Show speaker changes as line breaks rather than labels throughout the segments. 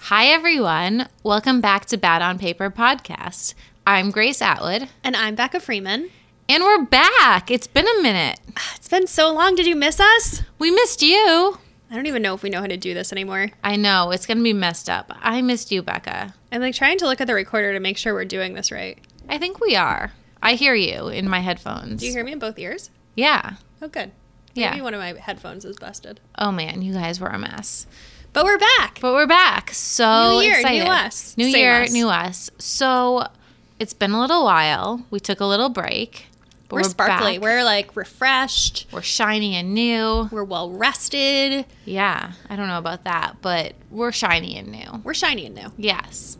Hi, everyone. Welcome back to Bad on Paper podcast. I'm Grace Atwood,
And I'm Becca Freeman.
and we're back. It's been a minute.
It's been so long. Did you miss us?
We missed you.
I don't even know if we know how to do this anymore.
I know it's going to be messed up. I missed you, Becca.
I'm like trying to look at the recorder to make sure we're doing this right.
I think we are. I hear you in my headphones.
Do you hear me in both ears?
Yeah.
Oh, good.
Yeah.
Maybe one of my headphones is busted.
Oh, man. You guys were a mess.
But we're back.
But we're back. So
New year, new
excited.
us.
New
Same
year,
us.
new us. So it's been a little while. We took a little break. But
We're, sparkly.
back.
We're like refreshed.
we're shiny and new.
We're well rested.
Yeah, I don't know about that, but we're shiny and new.
We're shiny and new.
Yes,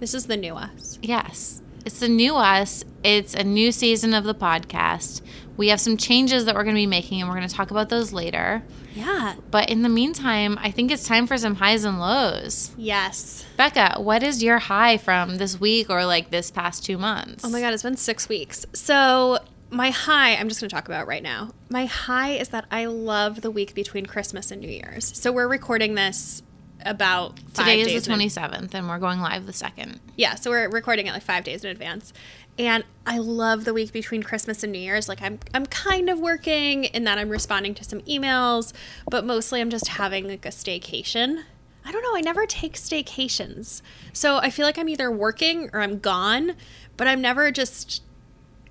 This is the new us.
yes. It's the new us. It's a new season of the podcast. We have some changes that we're going to be making, and we're going to talk about those later.
Yeah.
But in the meantime, I think it's time for some highs and lows.
Yes.
Becca, what is your high from this week or like this past two months?
Oh my God, it's been six weeks. So, my high, I'm just going to talk about right now. My high is that I love the week between Christmas and New Year's. So, we're recording this about five
Today
days
is the
in-
27th, and we're going live the 2nd.
yeah, so we're recording it like five days in advance. And I love the week between Christmas and New Year's. Like I'm I'm kind of working in that I'm responding to some emails, but mostly I'm just having like a staycation. I don't know, I never take staycations. So I feel like I'm either working or I'm gone, but I'm never just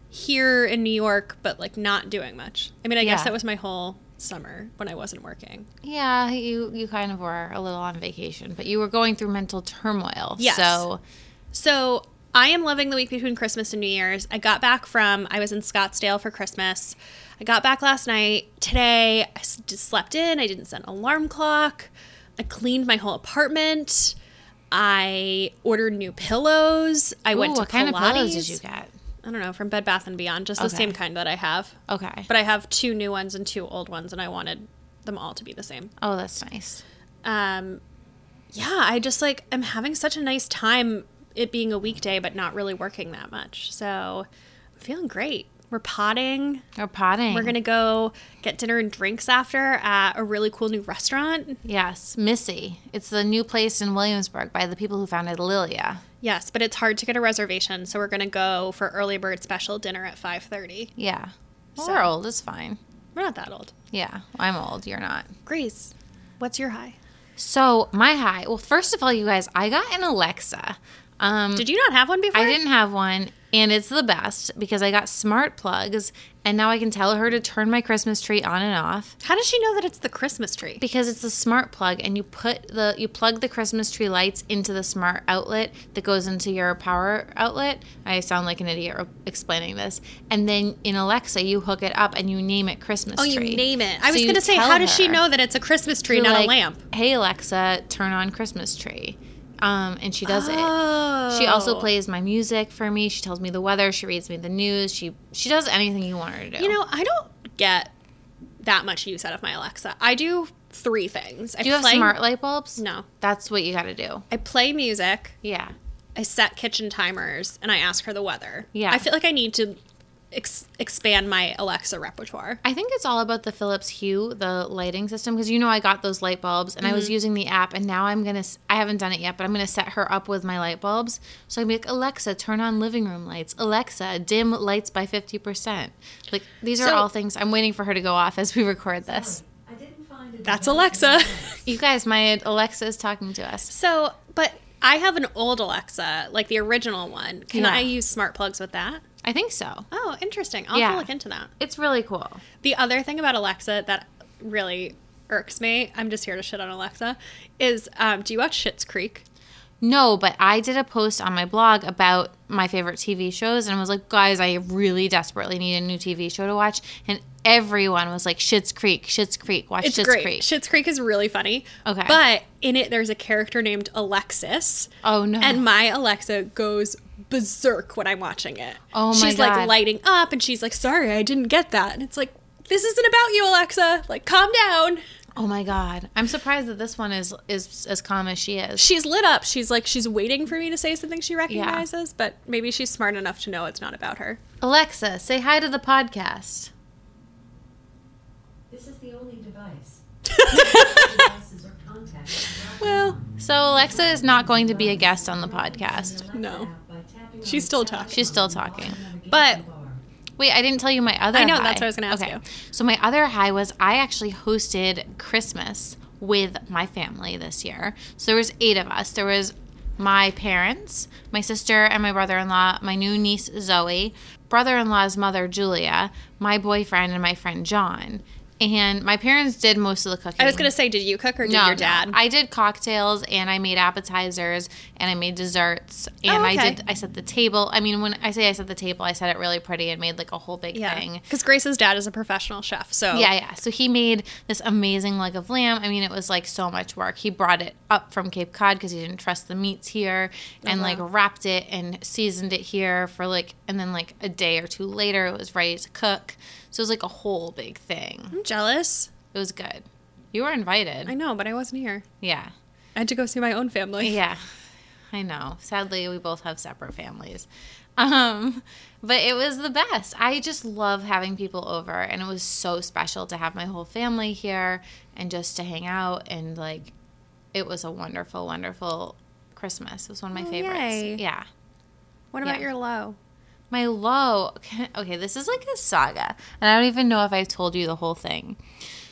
here in New York but like not doing much. I mean, I
Yeah.
guess that was my whole summer when I wasn't working.
Yeah, you, you kind of were a little on vacation, but you were going through mental turmoil.
Yes.
So
So I am loving the week between Christmas and New Year's. I got back from I was in Scottsdale for Christmas. I got back last night. Today I s- just slept in. I didn't set an alarm clock. I cleaned my whole apartment. I ordered new pillows. I went
Ooh,
to
what kind
Pilates.
of pillows did you get?
I don't know from Bed Bath and Beyond, just the
Okay.
same kind that I have.
Okay.
But I have two new ones and two old ones, and I wanted them all to be the same
oh, that's nice.
um yeah i just like i'm having such a nice time it being a weekday but not really working that much so i'm feeling great we're potting
Or potting.
we're gonna go get dinner and drinks after at a really cool new restaurant
Yes, Missy. It's the new place in Williamsburg by the people who founded Lilia.
yes but it's hard to get a reservation so we're gonna go for early bird special dinner at 5.30
Yeah. Well,
So-
We're old. It's fine.
we're not that old
Yeah, I'm old. You're not.
grace what's your high
So my high. Well, first of all, you guys, I got an Alexa. Um,
did you not have one before
I didn't have one, and it's the best because I got smart plugs, and now I can tell her to turn my Christmas tree on and off.
how does she know that it's the christmas tree
because it's a smart plug and you put the you plug the christmas tree lights into the smart outlet that goes into your power outlet i sound like an idiot re- explaining this and then in alexa you hook it up and you name it christmas
oh
tree
you name it i
So
was
you
gonna say
tell
how does she
her.
know that it's a christmas tree
You're
not
like,
a lamp
hey alexa turn on christmas tree um, and she does it she also
Oh.
plays my music for me she tells me the weather she reads me the news she she does anything you want her to do
You know, I don't get that much use out of my Alexa. I do three things. I
do you have
play,
smart light bulbs
No,
that's what you got to do
I play music.
yeah
I set kitchen timers, and I ask her the weather.
Yeah.
I feel like I need to ex- expand my Alexa repertoire.
I think it's all about the Philips Hue, the lighting system, because you know I got those light bulbs and I was using the app, and now I'm gonna. s- I haven't done it yet, but I'm gonna set her up with my light bulbs. So I'm like, Alexa, turn on living room lights. Alexa, dim lights by fifty percent. Like these are
So-
all things I'm waiting for her to go off as we record this.
I didn't find it.
That's Alexa.
You guys, my Alexa is talking to us.
so, but I have an old Alexa, like the original one. Can
Yeah.
I use smart plugs with that?
I think so.
Oh, interesting. I'll have
Yeah.
to look into that.
It's really cool.
The other thing about Alexa that really irks me, I'm just here to shit on Alexa, is um, do you watch Shits Creek?
No, but I did a post on my blog about my favorite TV shows and I was like, guys, I really desperately need a new TV show to watch. And everyone was like, Shits Creek, Shits Creek, watch
It's
Shits
great.
Creek.
Schitt's Creek is really funny.
Okay.
But in it, there's a character named Alexis,
oh no.
and my Alexa goes berserk when I'm watching it.
Oh, my
she's
God.
like lighting up, and she's like, "Sorry, I didn't get that." And it's like, "This isn't about you, Alexa. Like, calm down."
oh my god. I'm surprised that this one is is as calm as she is.
She's lit up. She's like, she's waiting for me to say something she recognizes, but maybe she's smart enough to know it's not about her.
Alexa, say hi to the podcast.
This is the only device.
Well,
So Alexa is not going to be a guest on the podcast.
no. She's still talking.
She's still talking.
but
Wait, I didn't tell you my other.
I know,
high.
that's what I was gonna ask you.
So my other high was I actually hosted Christmas with my family this year. So there was eight of us. There was my parents, my sister, and my brother-in-law, my new niece Zoe, brother-in-law's mother Julia, my boyfriend, and my friend John. And my parents did most of the cooking.
I was going to say, did you cook or did your dad?
Mm. I did cocktails and I made appetizers and I made desserts and I
Oh, okay.
did I set the table. I mean, when I say I set the table, I set it really pretty and made like a whole big
yeah. Oh.
thing.
Because Grace's dad is a professional chef. So
Yeah, yeah. So he made this amazing leg of lamb. I mean, it was like so much work. He brought it up from Cape Cod because he didn't trust the meats here and like
Uh-huh.
wrapped it and seasoned it here for like, and then like a day or two later, it was ready to cook. So it was like a whole big thing.
I'm jealous.
It was good. You were invited.
I know, but I wasn't here.
yeah.
I had to go see my own family.
Yeah, I know. Sadly, we both have separate families. Um, but it was the best. I just love having people over, and it was so special to have my whole family here and just to hang out. And like, it was a wonderful, wonderful Christmas. It was one of my
Oh,
favorites.
yay.
Yeah.
What
Yeah.
about your low?
My low. Okay, this is like a saga, and I don't even know if I've told you the whole thing.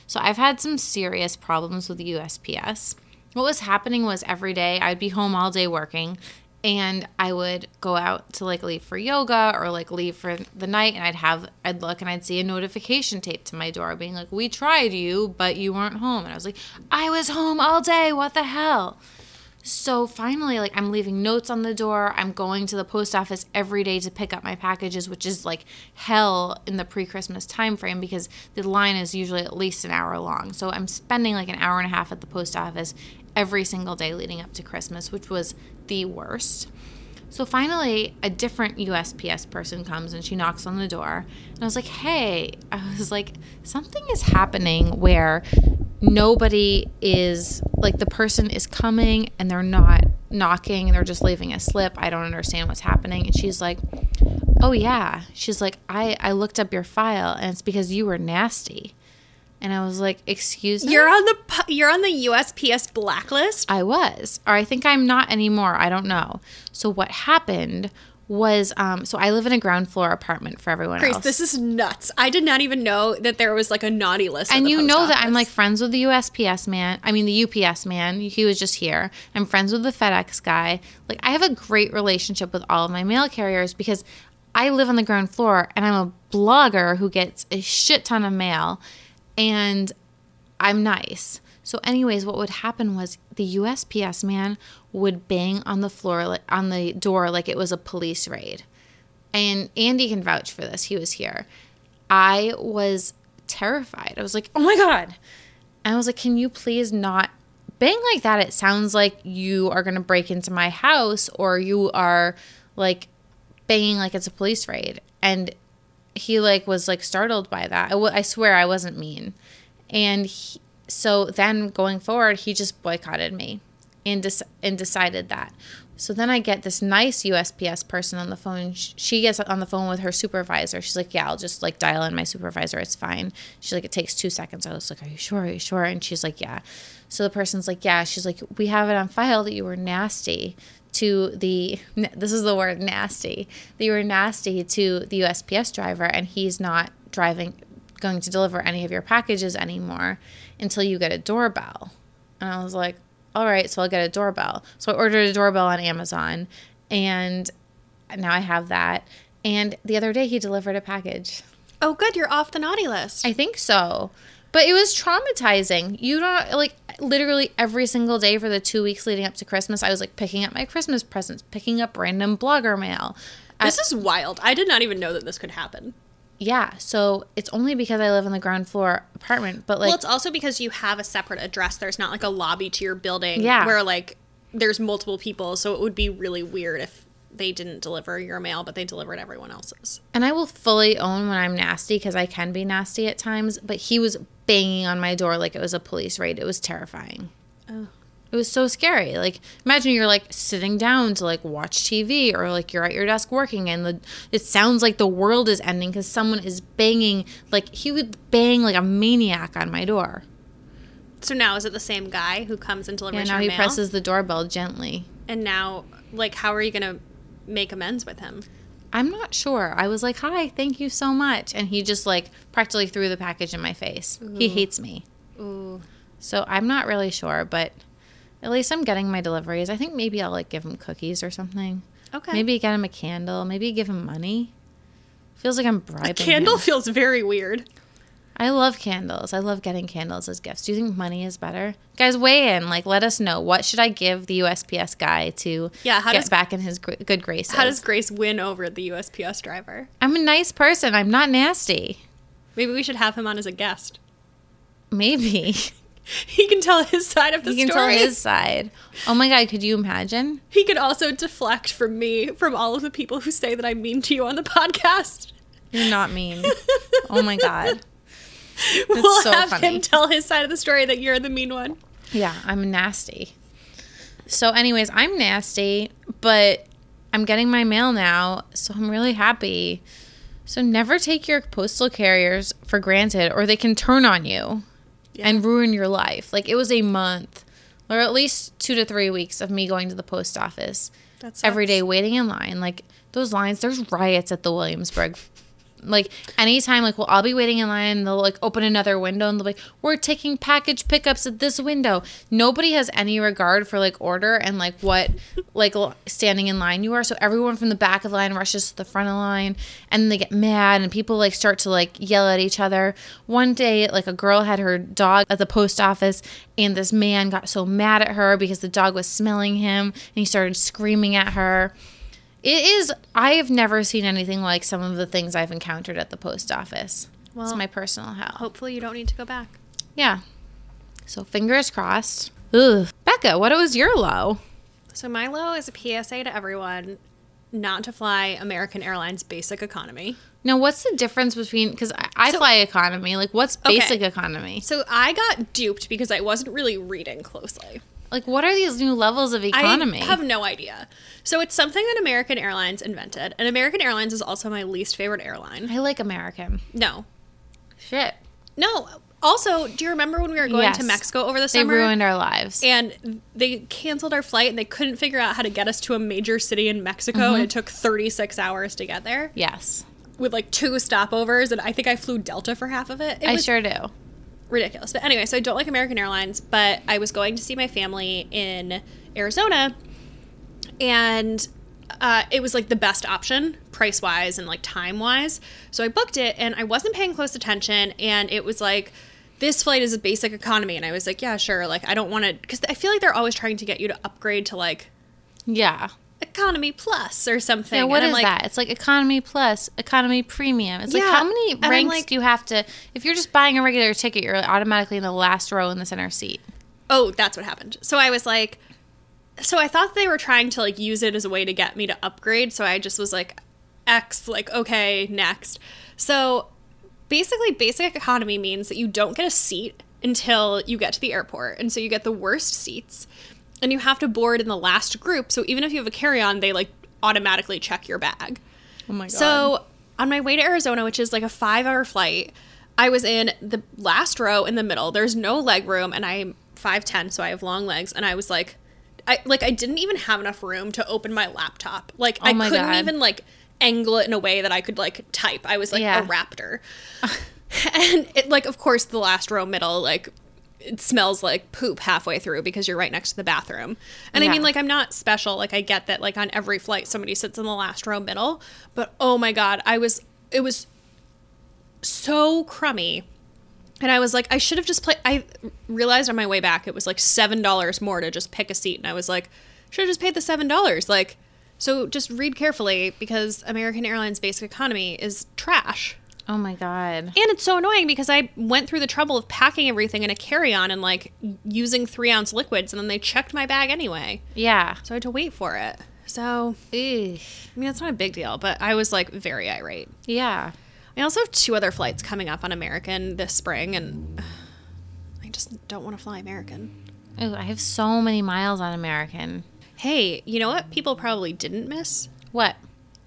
So I've had some serious problems with USPS. What was happening was every day I'd be home all day working, and I would go out to like leave for yoga or like leave for the night, and I'd have I'd look and I'd see a notification taped to my door being like, "We tried you, but you weren't home," and I was like, "I was home all day. What the hell?" So finally, like, I'm leaving notes on the door. I'm going to the post office every day to pick up my packages, which is like hell in the pre Christmas time frame because the line is usually at least an hour long. So I'm spending like an hour and a half at the post office every single day leading up to Christmas, which was the worst. So finally, a different USPS person comes and she knocks on the door. And I was like, hey, I was like, something is happening where nobody is, like, the person is coming and they're not knocking and they're just leaving a slip. I don't understand what's happening. And she's like, oh, yeah. She's like, I, I looked up your file and it's because you were nasty. And I was like, excuse me?
You're on the pu- you're on the USPS blacklist.
I was, or I think I'm not anymore. I don't know. So what happened was, um, so I live in a ground floor apartment for everyone
Grace,
else.
this is nuts. I did not even know that there was like a naughty list. at
and
the
you
post
know that
office.
I'm like friends with the USPS man. I mean the UPS man. He was just here. I'm friends with the FedEx guy. Like I have a great relationship with all of my mail carriers because I live on the ground floor and I'm a blogger who gets a shit ton of mail and I'm nice. So, anyways, what would happen was the USPS man would bang on the floor, like, on the door, like it was a police raid. And Andy can vouch for this. He was here. I was terrified. I was like, oh my God. And I was like, can you please not bang like that? It sounds like you are going to break into my house or you are like banging like it's a police raid. And he like was like startled by that. I, w- I swear I wasn't mean. And he, so then going forward, he just boycotted me and, dec- and decided that. So then I get this nice USPS person on the phone. Sh- She gets on the phone with her supervisor. She's like, "Yeah, I'll just like dial in my supervisor. It's fine." She's like, "It takes two seconds." I was like, "Are you sure? Are you sure?" And she's like, "Yeah." So the person's like, "Yeah." She's like, "We have it on file that you were nasty to the n- this is the word nasty that you were nasty to the USPS driver, and he's not driving going to deliver any of your packages anymore until you get a doorbell." And I was like, all right, so I'll get a doorbell. So I ordered a doorbell on Amazon and now I have that. And the other day he delivered a package.
oh, good, you're off the naughty list.
I think so. But it was traumatizing. You don't like literally every single day for the two weeks leading up to Christmas, I was like picking up my Christmas presents, picking up random blogger mail. Uh,
this is wild. I did not even know that this could happen.
Yeah, so it's only because I live on the ground floor apartment, but like
well, it's also because you have a separate address. There's not like a lobby to your building
Yeah.
where like there's multiple people, so it would be really weird if they didn't deliver your mail, but they delivered everyone else's.
And I will fully own when I'm nasty because I can be nasty at times, but he was banging on my door like it was a police raid. It was terrifying.
Oh.
It was so scary. Like imagine you're like sitting down to like watch TV or like you're at your desk working and the it sounds like the world is ending cuz someone is banging like he would bang like a maniac on my door.
So now is it the same guy who comes and delivers
And
your
now he
mail?
presses the doorbell gently.
and now, like, how are you gonna make amends with him?
I'm not sure. I was like, "Hi, thank you so much," and he just like practically threw the package in my face. He hates me,
Ooh.
so I'm not really sure. But at least I'm getting my deliveries. I think maybe I'll like give him cookies or something.
Okay.
Maybe get him a candle. Maybe give him money. Feels like I'm bribing.
a candle
him.
feels very weird.
I love candles. I love getting candles as gifts. Do you think money is better? Guys, weigh in. Like, let us know. What should I give the USPS guy to
Yeah, how
get
does-
back in his gr- good graces?
How does Grace win over the USPS driver?
I'm a nice person. I'm not nasty.
Maybe we should have him on as a guest.
Maybe.
He can tell his side of the
you can tell
story.
his side. Oh my God, could you imagine?
He could also deflect from me from all of the people who say that I'm mean to you on the podcast.
You're not mean. oh my God.
we'll
so
have
funny.
him tell his side of the story that you're the mean one.
Yeah, I'm nasty. So, anyways, I'm nasty, but I'm getting my mail now, so I'm really happy. So, never take your postal carriers for granted, or they can turn on you and ruin your life. Like, it was a month, or at least two to three weeks of me going to the post office
That's
every day waiting in line. Like those lines, there's riots at the Williamsburg. Like anytime, like well, I'll be waiting in line. They'll like open another window and they'll be like, "We're taking package pickups at this window." Nobody has any regard for like order and like what like l- standing in line you are. So everyone from the back of the line rushes to the front of the line, and they get mad and people like start to like yell at each other. One day, like a girl had her dog at the post office, and this man got so mad at her because the dog was smelling him, and he started screaming at her. It is. I have never seen anything like some of the things I've encountered at the post office. Well, it's
Well-
my personal hell.
Hopefully, you don't need to go back.
Yeah. So fingers crossed. Ugh. Becca, what was your low?
So Milo is a PSA to everyone not to fly American Airlines basic economy.
Now, what's the difference between? Because I, I fly economy. Like, what's basic economy?
So I got duped because I wasn't really reading closely.
Like, what are these new levels of economy?
I have no idea. So it's something that American Airlines invented, and American Airlines is also my least favorite airline.
I like American.
No,
Shit.
no. Also, do you remember when we were going
Yes.
to Mexico over the
They
summer?
ruined our lives.
and they canceled our flight, and they couldn't figure out how to get us to a major city in Mexico,
Uh-huh.
and it took 36 hours to get there
yes.
with like two stopovers, and I think I flew Delta for half of it. It
I
was
sure do.
ridiculous. But anyway, so I don't like American Airlines, but I was going to see my family in Arizona, and uh, it was like the best option price wise and like time wise. So I booked it, and I wasn't paying close attention, and it was like. This flight is a basic economy, and I was like, "Yeah, sure." Like, I don't want to, because I feel like they're always trying to get you to upgrade to like
Yeah.
economy plus or something.
Yeah, what
and
is
I'm like,
that? It's like economy plus, economy premium. It's like
Yeah,
how many
and I'm
ranks
like-
do you have to? If you're just buying a regular ticket, you're automatically in the last row in the center seat.
oh that's what happened so i was like so i thought they were trying to like use it as a way to get me to upgrade so i just was like x like okay next so basically basic economy means that you don't get a seat until you get to the airport and so you get the worst seats and you have to board in the last group so even if you have a carry-on they like automatically check your bag
Oh my god.
so on my way to Arizona, which is like a five hour flight, I was in the last row in the middle. There's no leg room, and I'm five ten, so I have long legs, and I was like, I like I didn't even have enough room to open my laptop. Like I
Oh my
couldn't
God.
even like angle it in a way that I could like type. I was like
Yeah.
a raptor, and it like of course the last row middle like. It smells like poop halfway through because you're right next to the bathroom. And I
Yeah.
mean, like, I'm not special. Like I get that like on every flight somebody sits in the last row middle, but oh my god, I was it was so crummy. And I was like, I should have just played. I realized on my way back it was like seven dollars more to just pick a seat, and I was like, should have just paid the seven dollars. Like, so just read carefully because American Airlines basic economy is trash.
oh my god.
And it's so annoying because I went through the trouble of packing everything in a carry on and like using three ounce liquids, and then they checked my bag anyway.
Yeah.
So I had to wait for it. So,
Ugh.
I mean, it's not a big deal, but I was like very irate.
Yeah.
I also have two other flights coming up on American this spring, and I just don't want to fly American.
Ooh, I have so many miles on American.
Hey, you know what people probably didn't miss?
What?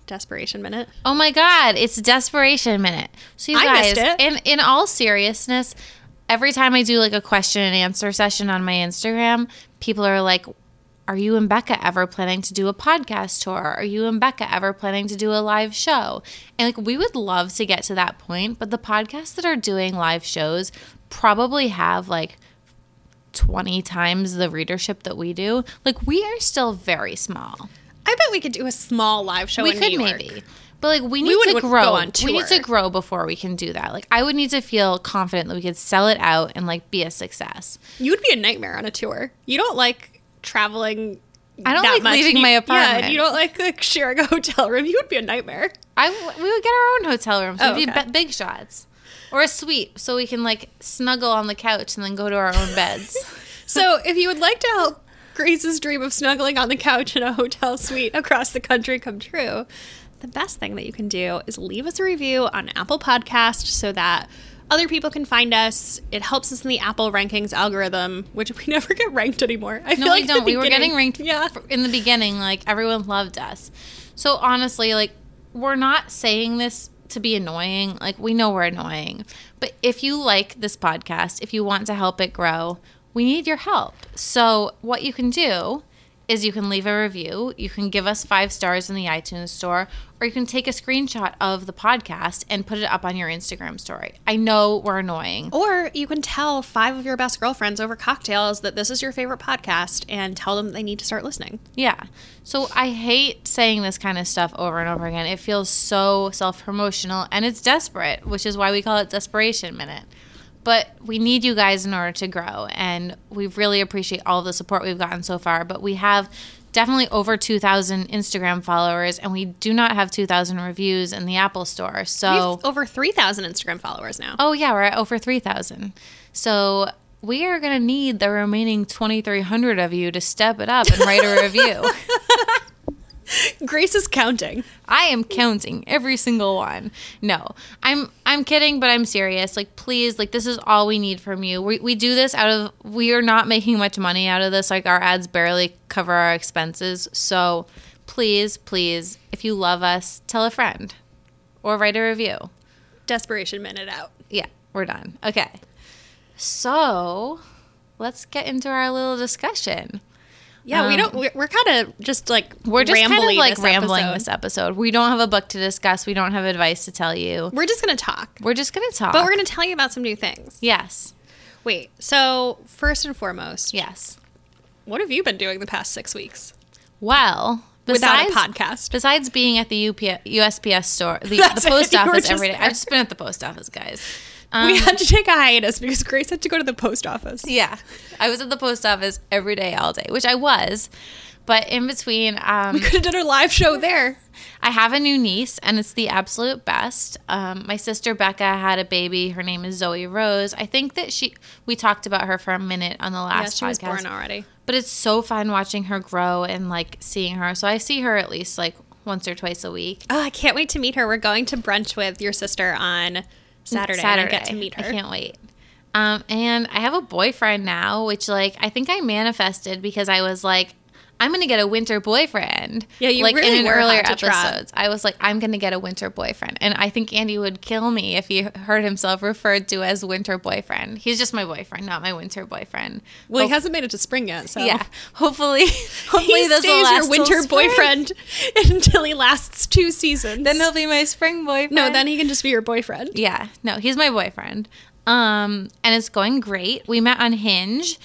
Desperation Minute.
Oh my God! It's desperation minute. So you
I
guys,
missed it.
in in all seriousness, every time I do like a question and answer session on my Instagram, people are like, Are you and Becca ever planning to do a podcast tour? Are you and Becca ever planning to do a live show? And like, we would love to get to that point, but the podcasts that are doing live shows probably have like 20 times the readership that we do. Like, we are still very small.
I bet we could do a small live show.
we
in
could
New York.
maybe. But like we need
wouldn't
to
go
grow.
on
We need to
tour.
grow before we can do that. Like I would need to feel confident that we could sell it out and like be a success.
You would be a nightmare on a tour. You don't like traveling.
I don't
that
like
much.
leaving
You-
my
Yeah,
apartment.
and you don't like, like sharing a hotel room. You would be a nightmare.
I w- we would get our own hotel rooms.
Oh,
We'd be
okay.
b- big shots or a suite so we can like snuggle on the couch and then go to our own beds.
So if you would like to help Grace's dream of snuggling on the couch in a hotel suite across the country come true, the best thing that you can do is leave us a review on Apple Podcast so that other people can find us. It helps us in the Apple rankings algorithm, which we never get ranked anymore. I feel
No,
like
we
the
don't. We were
beginning-
getting ranked
Yeah.
f- in the beginning. Like everyone loved us. So honestly, like we're not saying this to be annoying. Like we know we're annoying, but if you like this podcast, if you want to help it grow, we need your help. So what you can do is you can leave a review, you can give us five stars in the iTunes store, or you can take a screenshot of the podcast and put it up on your Instagram story. I know we're annoying.
Or you can tell five of your best girlfriends over cocktails that this is your favorite podcast and tell them they need to start listening.
Yeah. So I hate saying this kind of stuff over and over again. It feels so self promotional and it's desperate, which is why we call it Desperation Minute. But we need you guys in order to grow. And we really appreciate all the support we've gotten so far. But we have definitely over 2,000 Instagram followers and we do not have 2,000 reviews in the Apple Store. So.
We have over 3,000 Instagram followers now.
Oh yeah, we're at over three thousand. So we are gonna need the remaining twenty three hundred of you to step it up and write a review.
Grace is counting.
I am counting every single one. No, I'm I'm kidding, but I'm serious. Like, please, like this is all we need from you. We we do this out of we are not making much money out of this. Like our ads barely cover our expenses. So please, please, if you love us, tell a friend or write a review.
Desperation minute out.
Yeah, we're done. Okay. So let's get into our little discussion.
Yeah, we
Um,
don't. We're, we're kind of just like
We're just kind
rambly
of like
this
rambling
episode.
this episode. We don't have a book to discuss. We don't have advice to tell you.
We're just gonna talk,
We're just gonna talk.
but we're gonna tell you about some new things.
yes,
Wait. So first and foremost,
yes.
what have you been doing the past six weeks
Well,
without
besides
a podcast?
besides being at the UP, USPS store, the, the
That's it,
post
you were
office
just
every day.
there.
I've just been at the post office, guys. Um,
we had to take a hiatus because Grace had to go to the post office.
yeah, I was at the post office every day, all day, which I was. But in between, um,
We could have done a live show there.
I have a new niece, and it's the absolute best. Um, my sister Becca had a baby. Her name is Zoe Rose. I think that she we talked about her for a minute on the
Yeah,
last
she was
podcast,
born already.
but it's so fun watching her grow and like seeing her. So I see her at least like once or twice a week.
Oh, I can't wait to meet her. We're going to brunch with your sister on Saturday. and I get to meet her.
I can't wait. Um, and I have a boyfriend now, which like I think I manifested because I was like, I'm gonna get a winter boyfriend.
Yeah, you
like
really were hot to trot.
I was like, I'm gonna get a winter boyfriend, and I think Andy would kill me if he heard himself referred to as winter boyfriend. He's just my boyfriend, not my winter boyfriend.
Well, he hasn't made it to spring yet, so
yeah, hopefully, hopefully
He
this
stays
will last till
your winter
spring.
boyfriend until he lasts two seasons.
Then he'll be my spring boyfriend.
no, then he can just be your boyfriend.
Yeah, no, he's my boyfriend. Um, and it's going great. We met on Hinge,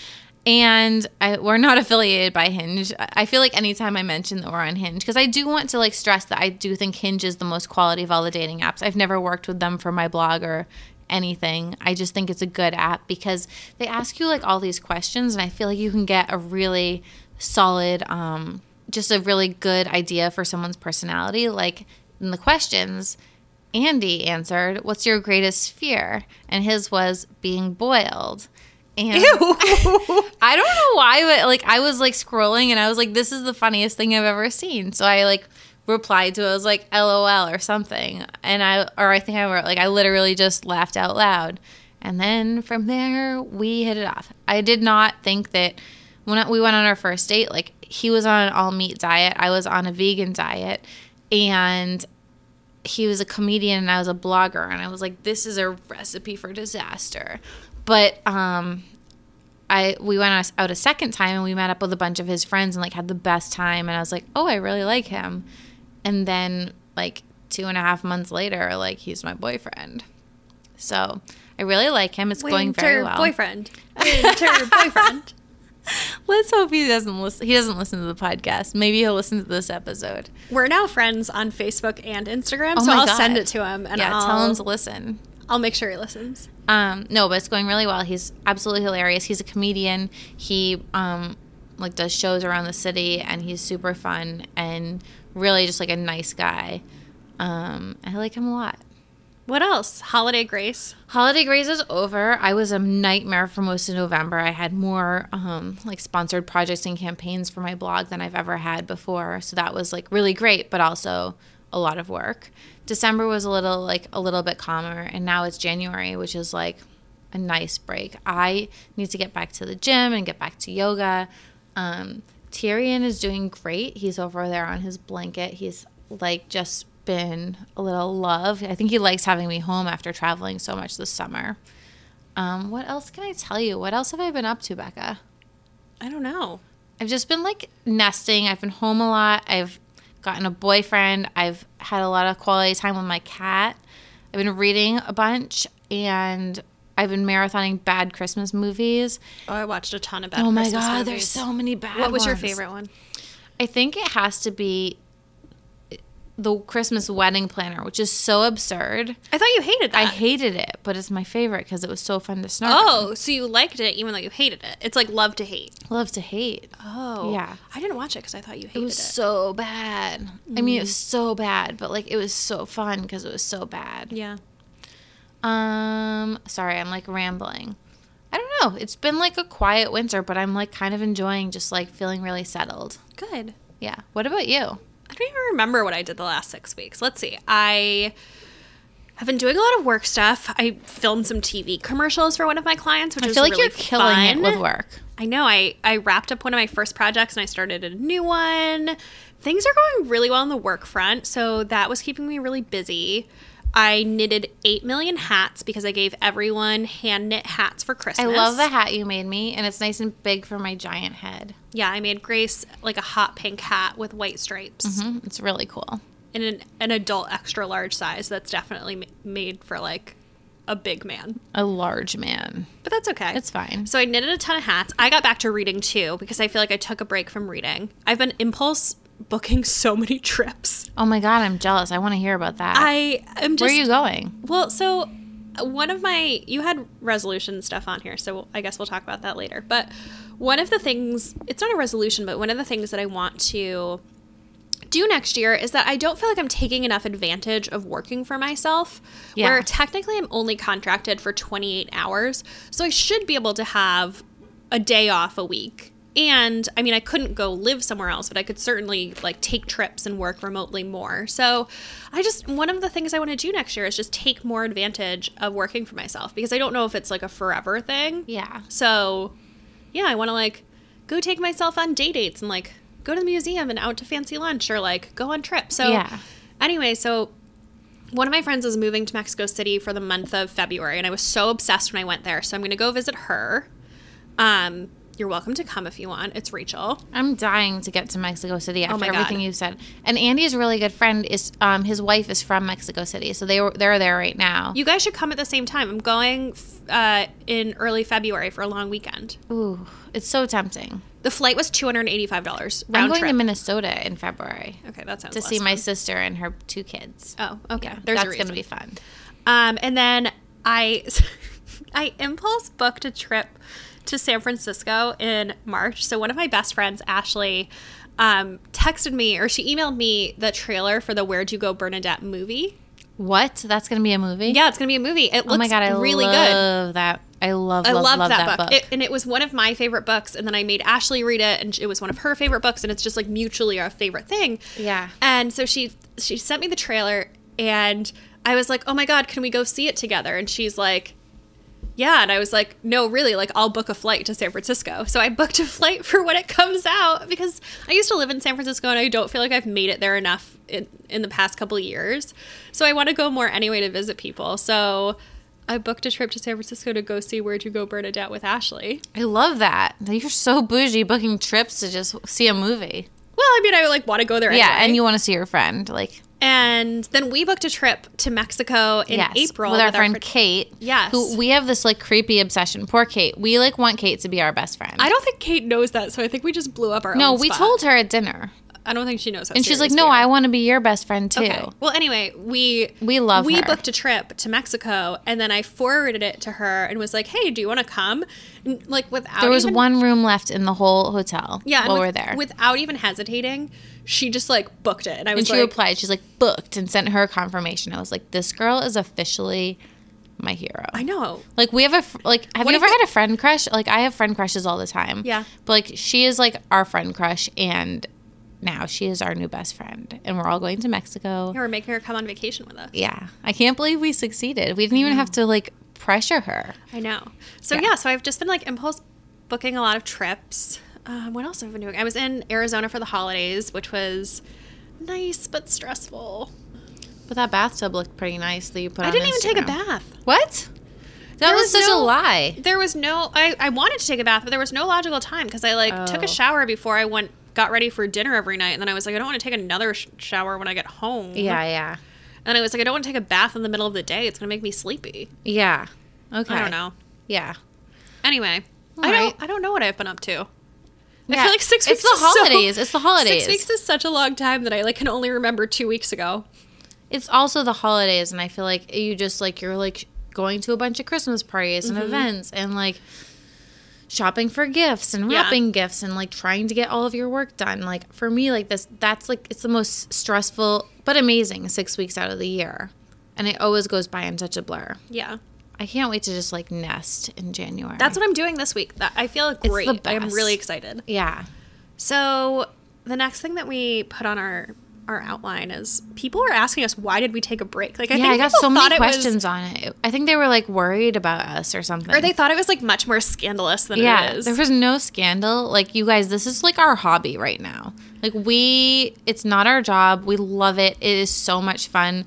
and I, we're not affiliated by Hinge. I I feel like anytime I mention that we're on Hinge, because I do want to like stress that I do think Hinge is the most quality of all the dating apps. I've never worked with them for my blog or anything. I just think it's a good app because they ask you like all these questions, and I feel like you can get a really solid, um, just a really good idea for someone's personality. Like in the questions, Andy answered, What's your greatest fear? And his was being boiled. And I don't know why, but like I was like scrolling and I was like, This is the funniest thing I've ever seen. So I like replied to it, I was like, LOL or something. And I, or I think I wrote, like, I literally just laughed out loud. And then from there, we hit it off. I did not think that when I- we went on our first date, like he was on an all meat diet, I was on a vegan diet. And he was a comedian and I was a blogger and I was like this is a recipe for disaster. But um, I we went out a second time and we met up with a bunch of his friends and like had the best time. And I was like, oh, I really like him. And then like two and a half months later, like he's my boyfriend. So I really like him. It's going very well.
boyfriend. Winter boyfriend.
Let's hope he doesn't listen. He doesn't listen to the podcast. Maybe he'll listen to this episode.
We're now friends on Facebook and Instagram,
Oh
so
my
I'll
God.
send it to him and
yeah,
I'll,
tell him to listen.
I'll make sure he listens.
Um, no, but it's going really well. He's absolutely hilarious. He's a comedian. He um, like does shows around the city, and he's super fun and really just like a nice guy. Um, I like him a lot.
What else? Holiday Grace.
Holiday Graze is over. I was a nightmare for most of November. I had more um, like sponsored projects and campaigns for my blog than I've ever had before. So that was like really great, but also a lot of work. December was a little like a little bit calmer, and now it's January, which is like a nice break. I need to get back to the gym and get back to yoga. Um, Tyrion is doing great. He's over there on his blanket. He's like just been a little love. I think he likes having me home after traveling so much this summer. Um, what else can I tell you? What else have I been up to, Becca?
I don't know.
I've just been like nesting. I've been home a lot. I've gotten a boyfriend. I've had a lot of quality time with my cat. I've been reading a bunch and I've been marathoning bad Christmas movies.
Oh, I watched a ton of bad
Oh my
Christmas
god, there's
movies.
so many bad
What was your
ones.
favorite one?
I think it has to be the Christmas wedding planner, which is so absurd.
I thought you hated that.
I hated it, but it's my favorite because it was so fun to snark.
Oh, so you liked it even though you hated it. It's like love to hate.
love to hate.
Oh.
Yeah.
I didn't watch it because I thought you hated
It
it.
was so bad. I mean, it was so bad, but like it was so fun because it was so bad.
yeah.
Um, sorry, I'm like rambling. I don't know. It's been like a quiet winter, but I'm like kind of enjoying just like feeling really settled.
Good.
Yeah. What about you?
I don't even remember what I did the last six weeks. Let's see. I have been doing a lot of work stuff. I filmed some TV commercials for one of my clients, which
I
was
feel like
really
you're killing
fun.
it with work.
I know. I, I wrapped up one of my first projects and I started a new one. Things are going really well on the work front, so that was keeping me really busy. I knitted 8 million hats because I gave everyone hand knit hats for
I
Christmas.
love the hat you made me, and it's nice and big for my giant head.
Yeah, I made Grace like a hot pink hat with white stripes
Mhm, It's really cool.
in an, an adult extra large size that's definitely ma- made for like a big man.
A large man.
But that's okay.
It's fine.
So I knitted a ton of hats. I got back to reading too because I feel like I took a break from reading. I've been impulse booking so many trips.
Oh my god, I'm jealous. I want to hear about that.
I am just
Where are you going?
well. So one of my you had resolution stuff on here, so I guess we'll talk about that later. But one of the things it's not a resolution, but one of the things that I want to do next year is that I don't feel like I'm taking enough advantage of working for myself.
Yeah.
Where technically I'm only contracted for 28 hours, so I should be able to have a day off a week. And I mean, I couldn't go live somewhere else, but I could certainly like take trips and work remotely more. So, I just one of the things I want to do next year is just take more advantage of working for myself because I don't know if it's like a forever thing.
Yeah.
So, yeah, I want to like go take myself on day dates and like go to the museum and out to fancy lunch or like go on trips. So,
Yeah.
anyway, so one of my friends is moving to Mexico City for the month of February, and I was so obsessed when I went there. So, I'm going to go visit her. Um, you're welcome to come if you want. It's Rachel.
I'm dying to get to Mexico City after
Oh my God.
everything you've said. And Andy's really good friend is um his wife is from Mexico City, so they were they're there right now.
You guys should come at the same time. I'm going f- uh, in early February for a long weekend.
Ooh, it's so tempting.
The flight was $285 round
I'm going
trip.
to Minnesota in February
okay, that sounds
to see
less
my
fun.
sister and her two kids.
Oh, okay.
Yeah,
There's a
that's
reason.
gonna be fun.
Um, and then I, I impulse booked a trip to San Francisco in March. So one of my best friends, Ashley, um, texted me or she emailed me the trailer for the Where'd You Go Bernadette movie.
What? That's gonna be a movie?
Yeah, it's gonna be a movie. It looks
Oh my god, I
really good.
love that. I love,
I
love,
love,
love
that, book, It, and it was one of my favorite books. And then I made Ashley read it, and it was one of her favorite books. And it's just like mutually our favorite thing.
Yeah.
And so she she sent me the trailer, and I was like, "Oh my god, can we go see it together?" And she's like, "Yeah." And I was like, "No, really. Like, I'll book a flight to San Francisco." So I booked a flight for when it comes out because I used to live in San Francisco, and I don't feel like I've made it there enough in in the past couple of years. So I want to go more anyway to visit people. So. I booked a trip to San Francisco to go see Where'd You Go Bernadette with Ashley.
I love that. You're so bougie booking trips to just see a movie.
Well, I mean, I like want to go there.
Yeah,
anyway.
and you want to see your friend, like
And then we booked a trip to Mexico in
yes,
April
with our friend
fr-
Kate.
Yes.
who we have this like creepy obsession. Poor Kate. We like want Kate to be our best friend.
I don't think Kate knows that, so I think we just blew up our.
no,
own
we
spot.
told her at dinner,
I don't think she knows. How
and she's like,
serious
"No,
we
I
are."
want to be your best friend too."
Okay. Well, anyway, we
We love
we
her.
booked a trip to Mexico, and then I forwarded it to her and was like, "Hey, do you want to come?" And, like without
There was
even-
one room left in the whole hotel.
Yeah, and
while
with-
we're there.
without even hesitating, she just like booked it, and I
and
was
she
like,
replied, she's like booked and sent her a confirmation. I was like, this girl is officially my hero.
"I know."
Like we have a fr- like. Have
What
you
if
ever
it-
had a friend crush? Like I have friend crushes all the time.
Yeah.
But like she is like our friend crush, and now she is our new best friend, and we're all going to Mexico.
Yeah, we're making her come on vacation with us.
Yeah, I can't believe we succeeded. We didn't even have to like pressure her.
I know. So
Yeah.
yeah. so I've just been like impulse booking a lot of trips. Um, what else have I been doing? I was in Arizona for the holidays, which was nice but stressful.
But that bathtub looked pretty nice that you put.
I
on
didn't even take a
Instagram.
bath.
What? That
There
was,
was
such a
no-
lie.
There was no. I, I wanted to take a bath, but there was no logical time because I like took
Oh.
a shower before I went got ready for dinner every night, and then I was like, I don't want to take another sh- shower when I get home.
Yeah, yeah,
And I was like, I don't want to take a bath in the middle of the day. It's gonna make me sleepy.
yeah. Okay.
I don't know.
Yeah.
Anyway,
All
I
right.
don't. I don't know what I've been up to. I
Yeah.
feel like six
It's
weeks.
the
is so-
holidays. It's the holidays.
Six weeks is such a long time that I like can only remember two weeks ago.
it's also the holidays and i feel like you just like you're like going to a bunch of christmas parties
Mm-hmm.
and events and like shopping for gifts and
Yeah.
wrapping gifts and like trying to get all of your work done like for me like this that's like it's the most stressful but amazing six weeks out of the year and it always goes by in such a blur
Yeah,
i can't wait to just like nest in january
that's what I'm doing this week. That I feel
the
great. I'm
best.
really excited.
yeah
So the next thing that we put on our our outline is people were asking us why did we take a break? Like I
yeah
think
i got
people
so
thought
many
it was-
questions on it i think they were like worried about us or something
or they thought it was like much more scandalous than
Yeah,
it is.
there was no scandal. Like you guys, this is like our hobby right now. Like we, it's not our job. We love it. It is so much fun,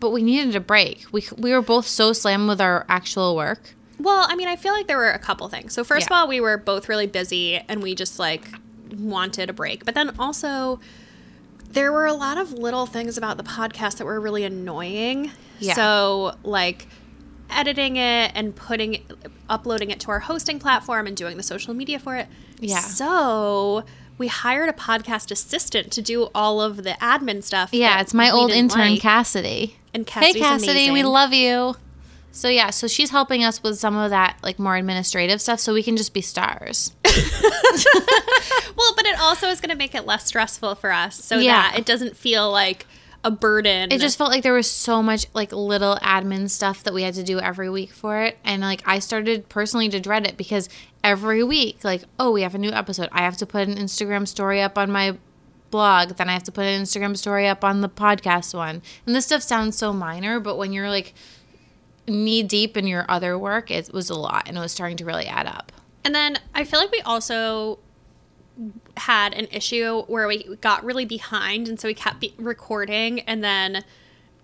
but we needed a break. We we were both so slammed with our actual work.
well, I mean, I feel like there were a couple things. So first
Yeah.
of all, we were both really busy and we just like wanted a break. But then also there were a lot of little things about the podcast that were really annoying.
Yeah.
So like editing it and putting uploading it to our hosting platform and doing the social media for it.
Yeah.
So we hired a podcast assistant to do all of the admin stuff.
Yeah,
that
it's my
we
old
didn't
intern
like.
Cassidy.
And Cassidy's
hey Cassidy, we
amazing.
love you. So yeah, so she's helping us with some of that like more administrative stuff, so we can just be stars.
Well, but it also is going to make it less stressful for us, so
Yeah.
that it doesn't feel like a burden.
It just felt like there was so much like little admin stuff that we had to do every week for it. And like I started personally to dread it because every week, like, oh, we have a new episode. I have to put an Instagram story up on my blog. Then I have to put an Instagram story up on the podcast one. And this stuff sounds so minor, but when you're like knee deep in your other work, it was a lot and it was starting to really add up.
and then I feel like we also had an issue where we got really behind, and so we kept be- recording, and then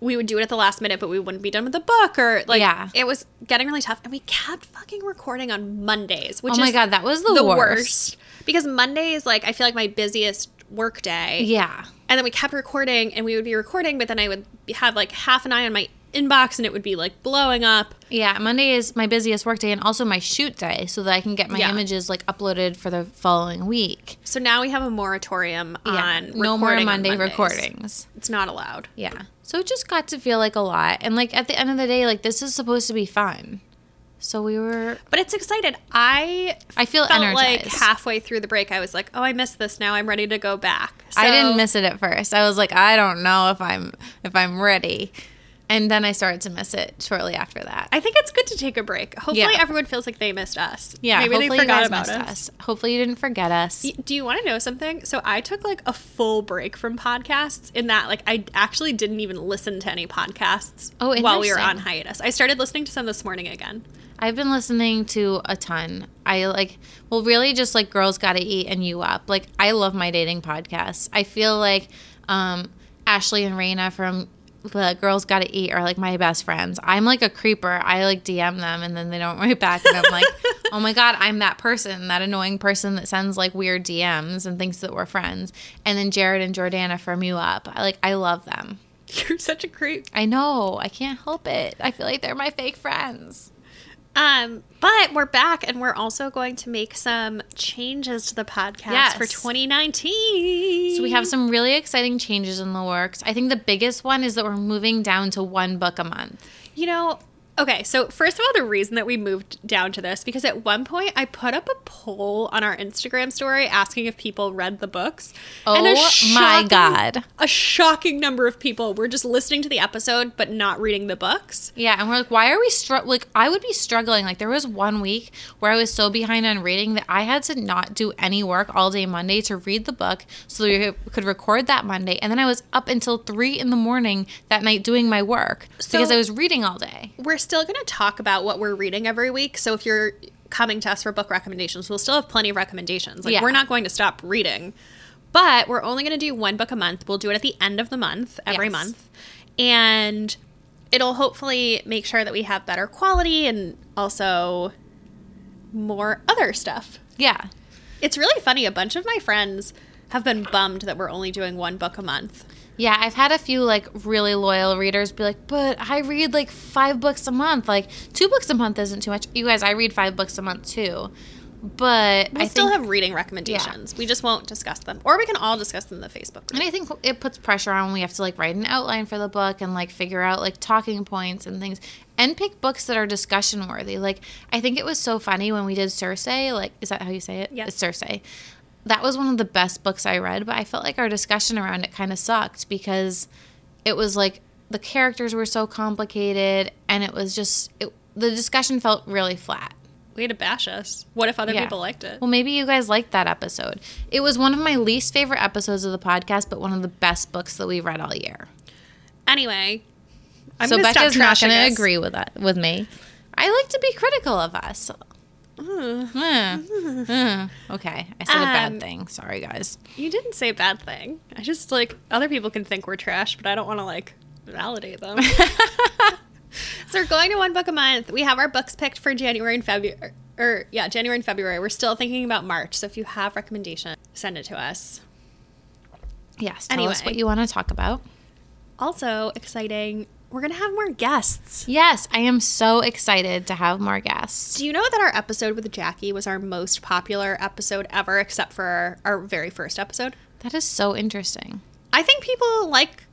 we would do it at the last minute, but we wouldn't be done with the book, or like
Yeah.
it was getting really tough, and we kept fucking recording on Mondays, which
oh my
is
God, that was the,
the
worst.
worst. because Monday is like I feel like my busiest work day.
Yeah.
And then we kept recording and we would be recording, but then I would be- have like half an eye on my inbox and it would be like blowing up.
Yeah, Monday is my busiest work day and also my shoot day so that I can get my
Yeah.
images like uploaded for the following week.
So now we have a moratorium
Yeah.
on
No more
recording on
Monday
Mondays.
recordings.
It's not allowed.
Yeah. So it just got to feel like a lot. And like at the end of the day, like this is supposed to be fun. So we were
But it's excited. I
I feel
felt
energized.
like halfway through the break I was like, "Oh, I missed this. Now I'm ready to go back."
I didn't
So-
miss it at first. I was like, I don't know if I'm if I'm ready. And then I started to miss it shortly after that.
I think it's good to take a break. Hopefully
Yeah.
everyone feels like they missed us.
yeah,
Maybe
hopefully
they
you
forgot
guys
about
missed
us.
us. Hopefully you didn't forget us.
Y- Do you want to know something? So I took like a full break from podcasts in that like I actually didn't even listen to any podcasts
Oh,
while we were on
interesting.
hiatus. I started listening to some this morning again.
I've been listening to a ton. I like, well, really just like Girls Gotta Eat and You Up. Like, I love my dating podcasts. I feel like um, Ashley and Raina from the girls gotta eat are like my best friends. I'm like a creeper. I like DM them and then they don't write back and I'm like, oh my god, I'm that person, that annoying person that sends like weird DMs and thinks that we're friends. And then Jared and Jordana firm you up. I like I love them.
You're such a creep.
I know. I can't help it. I feel like they're my fake friends.
Um, but we're back and we're also going to make some changes to the podcast
Yes.
for 2019.
So we have some really exciting changes in the works. I think the biggest one is that we're moving down to one book a month.
You know, okay, so first of all, the reason that we moved down to this because at one point I put up a poll on our Instagram story asking if people read the books.
Oh my God.
A shocking number of people were just listening to the episode but not reading the books.
Yeah, and we're like, why are we str- like? I would be struggling. Like, there was one week where I was so behind on reading that I had to not do any work all day Monday to read the book so that we could record that Monday, and then I was up until three in the morning that night doing my work because
So-
I was reading all day.
We're still going to talk about what we're reading every week, so if you're coming to us for book recommendations, we'll still have plenty of recommendations. Like
Yeah.
we're not going to stop reading. But we're only going to do one book a month. We'll do it at the end of the month, every
Yes.
month. And it'll hopefully make sure that we have better quality and also more other stuff.
Yeah,
It's really funny. A bunch of my friends have been bummed that we're only doing one book a month.
Yeah, I've had a few like really loyal readers be like, but I read like five books a month. Like two books a month isn't too much. You guys, I read five books a month too. But
We'll
I
still
think,
have reading recommendations. We just won't discuss them. Or we can all discuss them in the Facebook
and
group.
I think it puts pressure on when we have to like write an outline for the book and like figure out like talking points and things and pick books that are discussion worthy. Like I think it was so funny when we did Cersei. Like is that how you say it?
Yeah.
It's Cersei. That was one of the best books I read, but I felt like our discussion around it kind of sucked because it was like the characters were so complicated and it was just it, the discussion felt really flat.
Way to bash us. What if other
Yeah.
people liked it?
Well, maybe you guys liked that episode. It was one of my least favorite episodes of the podcast, but one of the best books that we read all year.
Anyway, I'm
so
gonna stop
Becca's not
trashing
going to
us.
agree with that with me. I like to be critical of us. Mm, mm. Okay, I said a
Um,
bad thing. Sorry, guys.
You didn't say a bad thing. I just like other people can think we're trash, but I don't want to like validate them. so we're going to one book a month. We have our books picked for January and February. Or yeah, January and February. We're still thinking about March. So if you have recommendations, send it to us.
Yes, tell us
anyway.
what you want to talk about.
Also exciting, we're gonna have more guests.
Yes, I am so excited to have more guests.
Do you know that our episode with Jackie was our most popular episode ever, except for our very first episode?
That is so interesting.
I think people like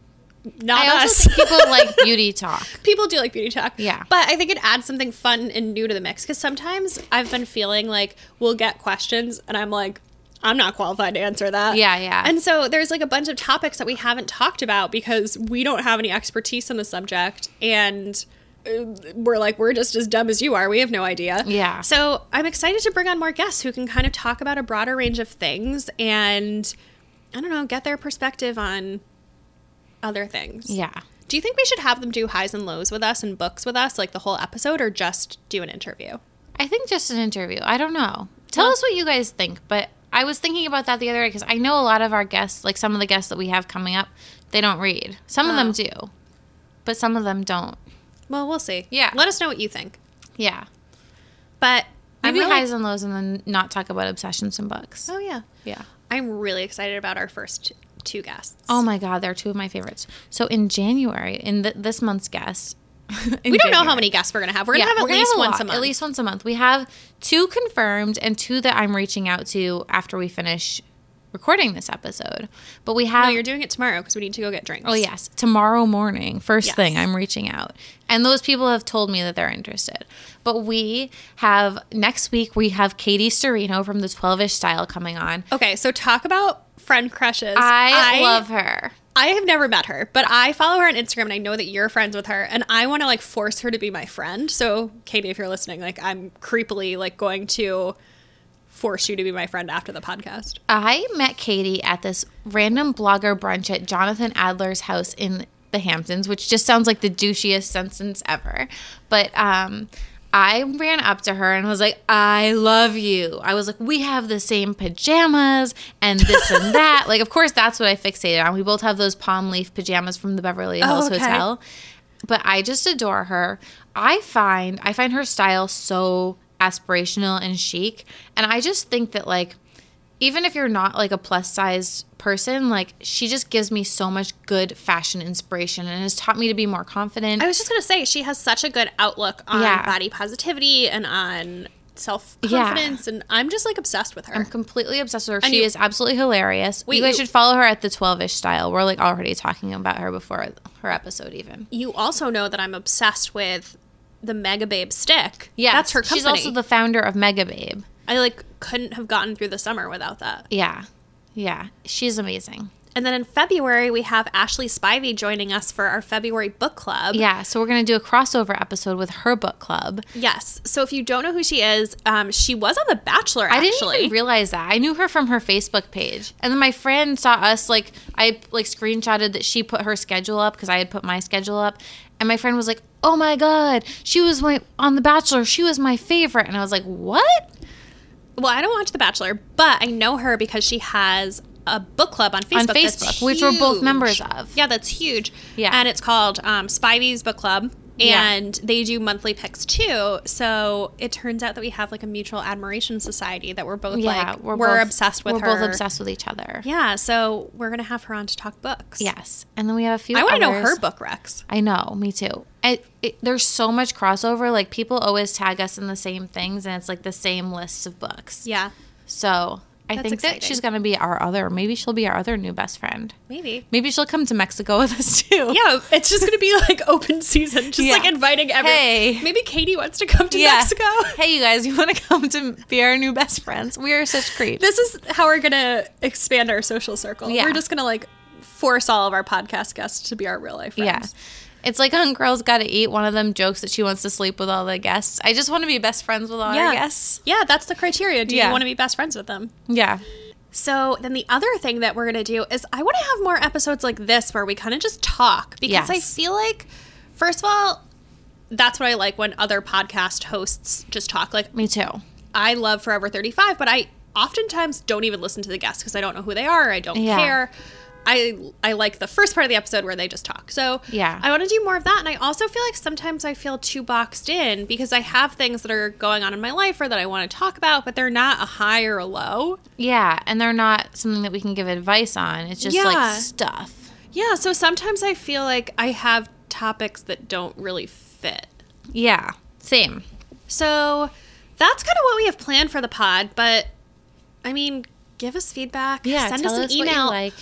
not
I also
us.
think people like beauty talk.
people do like beauty talk.
Yeah.
But I think it adds something fun and new to the mix because sometimes I've been feeling like we'll get questions and I'm like, I'm not qualified to answer that.
Yeah, yeah.
And so there's like a bunch of topics that we haven't talked about because we don't have any expertise on the subject and uh, we're like we're just as dumb as you are. We have no idea.
Yeah.
So I'm excited to bring on more guests who can kind of talk about a broader range of things and I don't know, get their perspective on other things.
Yeah.
Do you think we should have them do highs and lows with us and books with us, like the whole episode, or just do an interview?
I think just an interview. I don't know. Tell
Well-
us what you guys think. But I was thinking about that the other day because I know a lot of our guests, like some of the guests that we have coming up, they don't read. Some of
Oh.
them do, but some of them don't.
Well, we'll see.
Yeah.
Let us know what you think.
Yeah.
But I'm
Maybe
really,
highs and lows and then not talk about obsessions and books.
Oh yeah.
Yeah.
I'm really excited about our first two guests.
Oh my God, they're two of my favorites. So in January, in th- this month's guest,
we don't know how many guests we're gonna have. We're gonna
yeah,
have
we're
at
gonna
least
have
once
lot,
a month.
At least once a month. We have two confirmed and two that I'm reaching out to after we finish recording this episode. But we
No,
have
you're doing it tomorrow because we need to go get drinks.
Oh yes, tomorrow morning, first
Yes.
thing I'm reaching out. And those people have told me that they're interested. But we have next week we have Katie Serino from the 12ish style coming on.
Okay, so talk about friend crushes.
I, love her.
I have never met her, but I follow her on Instagram and I know that you're friends with her and I want to like force her to be my friend. So, Katie, if you're listening, like I'm creepily like going to force you to be my friend after the podcast.
I met Katie at this random blogger brunch at Jonathan Adler's house in the Hamptons, which just sounds like the douchiest sentence ever. But um, I ran up to her and was like, I love you. I was like, we have the same pajamas and this and that. Like, of course, that's what I fixated on. We both have those palm leaf pajamas from the Beverly Hills
okay.
Hotel. But I just adore her. I find I find her style so aspirational and chic. And I just think that like even if you're not like a plus size person, like she just gives me so much good fashion inspiration and has taught me to be more confident.
I was just gonna say she has such a good outlook on
Yeah.
body positivity and on self confidence, and I'm just like obsessed with her.
I'm completely obsessed with her. She
you-
is absolutely hilarious.
Wait,
you guys
you-
should follow her at the 12 ish style. We're like already talking about her before her episode, even.
you also know that I'm obsessed with the Mega Babe stick.
Yeah,
that's her company.
She's also the founder of Mega Babe.
I like couldn't have gotten through the summer without that.
Yeah, yeah, she's amazing.
And then in February we have Ashley Spivey joining us for our February book club.
Yeah, so we're gonna do a crossover episode with her book club.
Yes. So if you don't know who she is, um, she was on The Bachelor.
I
Actually,
didn't even realize that. I knew her from her Facebook page, and then my friend saw us like I like screenshotted that she put her schedule up because I had put my schedule up, and my friend was like, "Oh my god, she was my on The Bachelor. She was my favorite," and I was like, "What?"
well, I don't watch The Bachelor, but I know her because she has a book club on Facebook. that's
Facebook, which we're both
huge.
members of.
Yeah, that's huge.
Yeah.
And it's called um, Spivey's Book Club.
Yeah.
And they do monthly picks too. So it turns out that we have like a mutual admiration society that we're both
Yeah,
like,
we're,
we're,
both-
obsessed with
we're
her.
both obsessed with each other.
Yeah. So we're going to have her on to talk books.
Yes, and then we have a few.
I want to know
others.
her book recs.
I know, me too. I, it, there's so much crossover. Like people always tag us in the same things, and it's like the same list of books.
Yeah.
So I
That's
think that
exciting.
she's gonna be our other. Maybe she'll be our other new best friend.
Maybe.
Maybe she'll come to Mexico with us too.
Yeah, it's just gonna be like open season, just
Yeah.
like inviting everyone.
Hey.
Maybe Katie wants to come to
Yeah.
Mexico.
Hey, you guys, you want to come to be our new best friends? We are such creeps.
This is how we're gonna expand our social circle.
Yeah.
We're just gonna like force all of our podcast guests to be our real life
Yeah.
friends.
It's like on Girls Gotta Eat, one of them jokes that she wants to sleep with all the guests. I just want to be best friends with all our guests.
Yeah, that's the criteria. Do
Yeah.
you want to be best friends with them?
Yeah.
So then the other thing that we're gonna do is I want to have more episodes like this where we kind of just talk because I
Yes.
feel like, first of all. That's what I like when other podcast hosts just talk. Like
Me too.
I love Forever 35, but I oftentimes don't even listen to the guests because I don't know who they are. I don't
Yeah.
care. I I like the first part of the episode where they just talk. So
Yeah.
I want to do more of that. And I also feel like sometimes I feel too boxed in because I have things that are going on in my life or that I want to talk about, but they're not a high or a low.
Yeah. And they're not something that we can give advice on. It's just
Yeah.
like stuff.
Yeah. So sometimes I feel like I have topics that don't really fit.
Yeah. Same.
So that's kind of what we have planned for the pod, but I mean, give us feedback.
Yeah.
send
tell
us an
us what you
email.
like.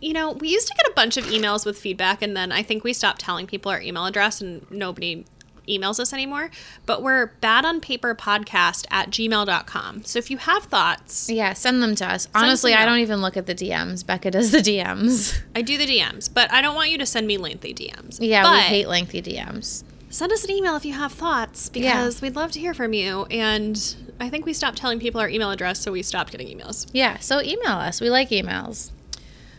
You know, we used to get a bunch of emails with feedback, and then I think we stopped telling people our email address, and nobody emails us anymore. But we're bad on paper podcast at gmail.com. So if you have thoughts,
Yeah. Send them to us.
an
Honestly, I
email.
don't even look at the DMs. Becca does the DMs.
I do the DMs, but I don't want you to send me lengthy DMs.
Yeah. we
but
hate lengthy DMs.
send us an email if you have thoughts because we'd love to hear from you. And I think we stopped telling people our email address, so we stopped getting emails.
Yeah. So email us. We like emails.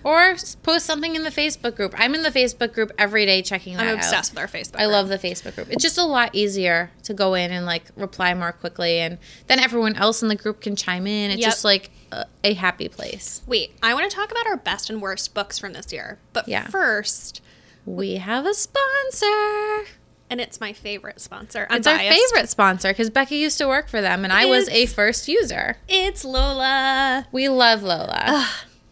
Or s- post something in the Facebook group. I'm in the Facebook group every day checking that
I'm
out.
obsessed with our Facebook.
I love the Facebook group. It's just a lot easier to go in and like reply more quickly, and then everyone else in the group can chime in. It's
Yep.
just like a, a happy place.
Wait, I want to talk about our best and worst books from this year. But
Yeah.
first,
We have a sponsor.
and it's my favorite sponsor. I'm
It's our
biased.
favorite sponsor because Becky used to work for them, and I was a
It's-
first user.
It's Lola.
We love Lola.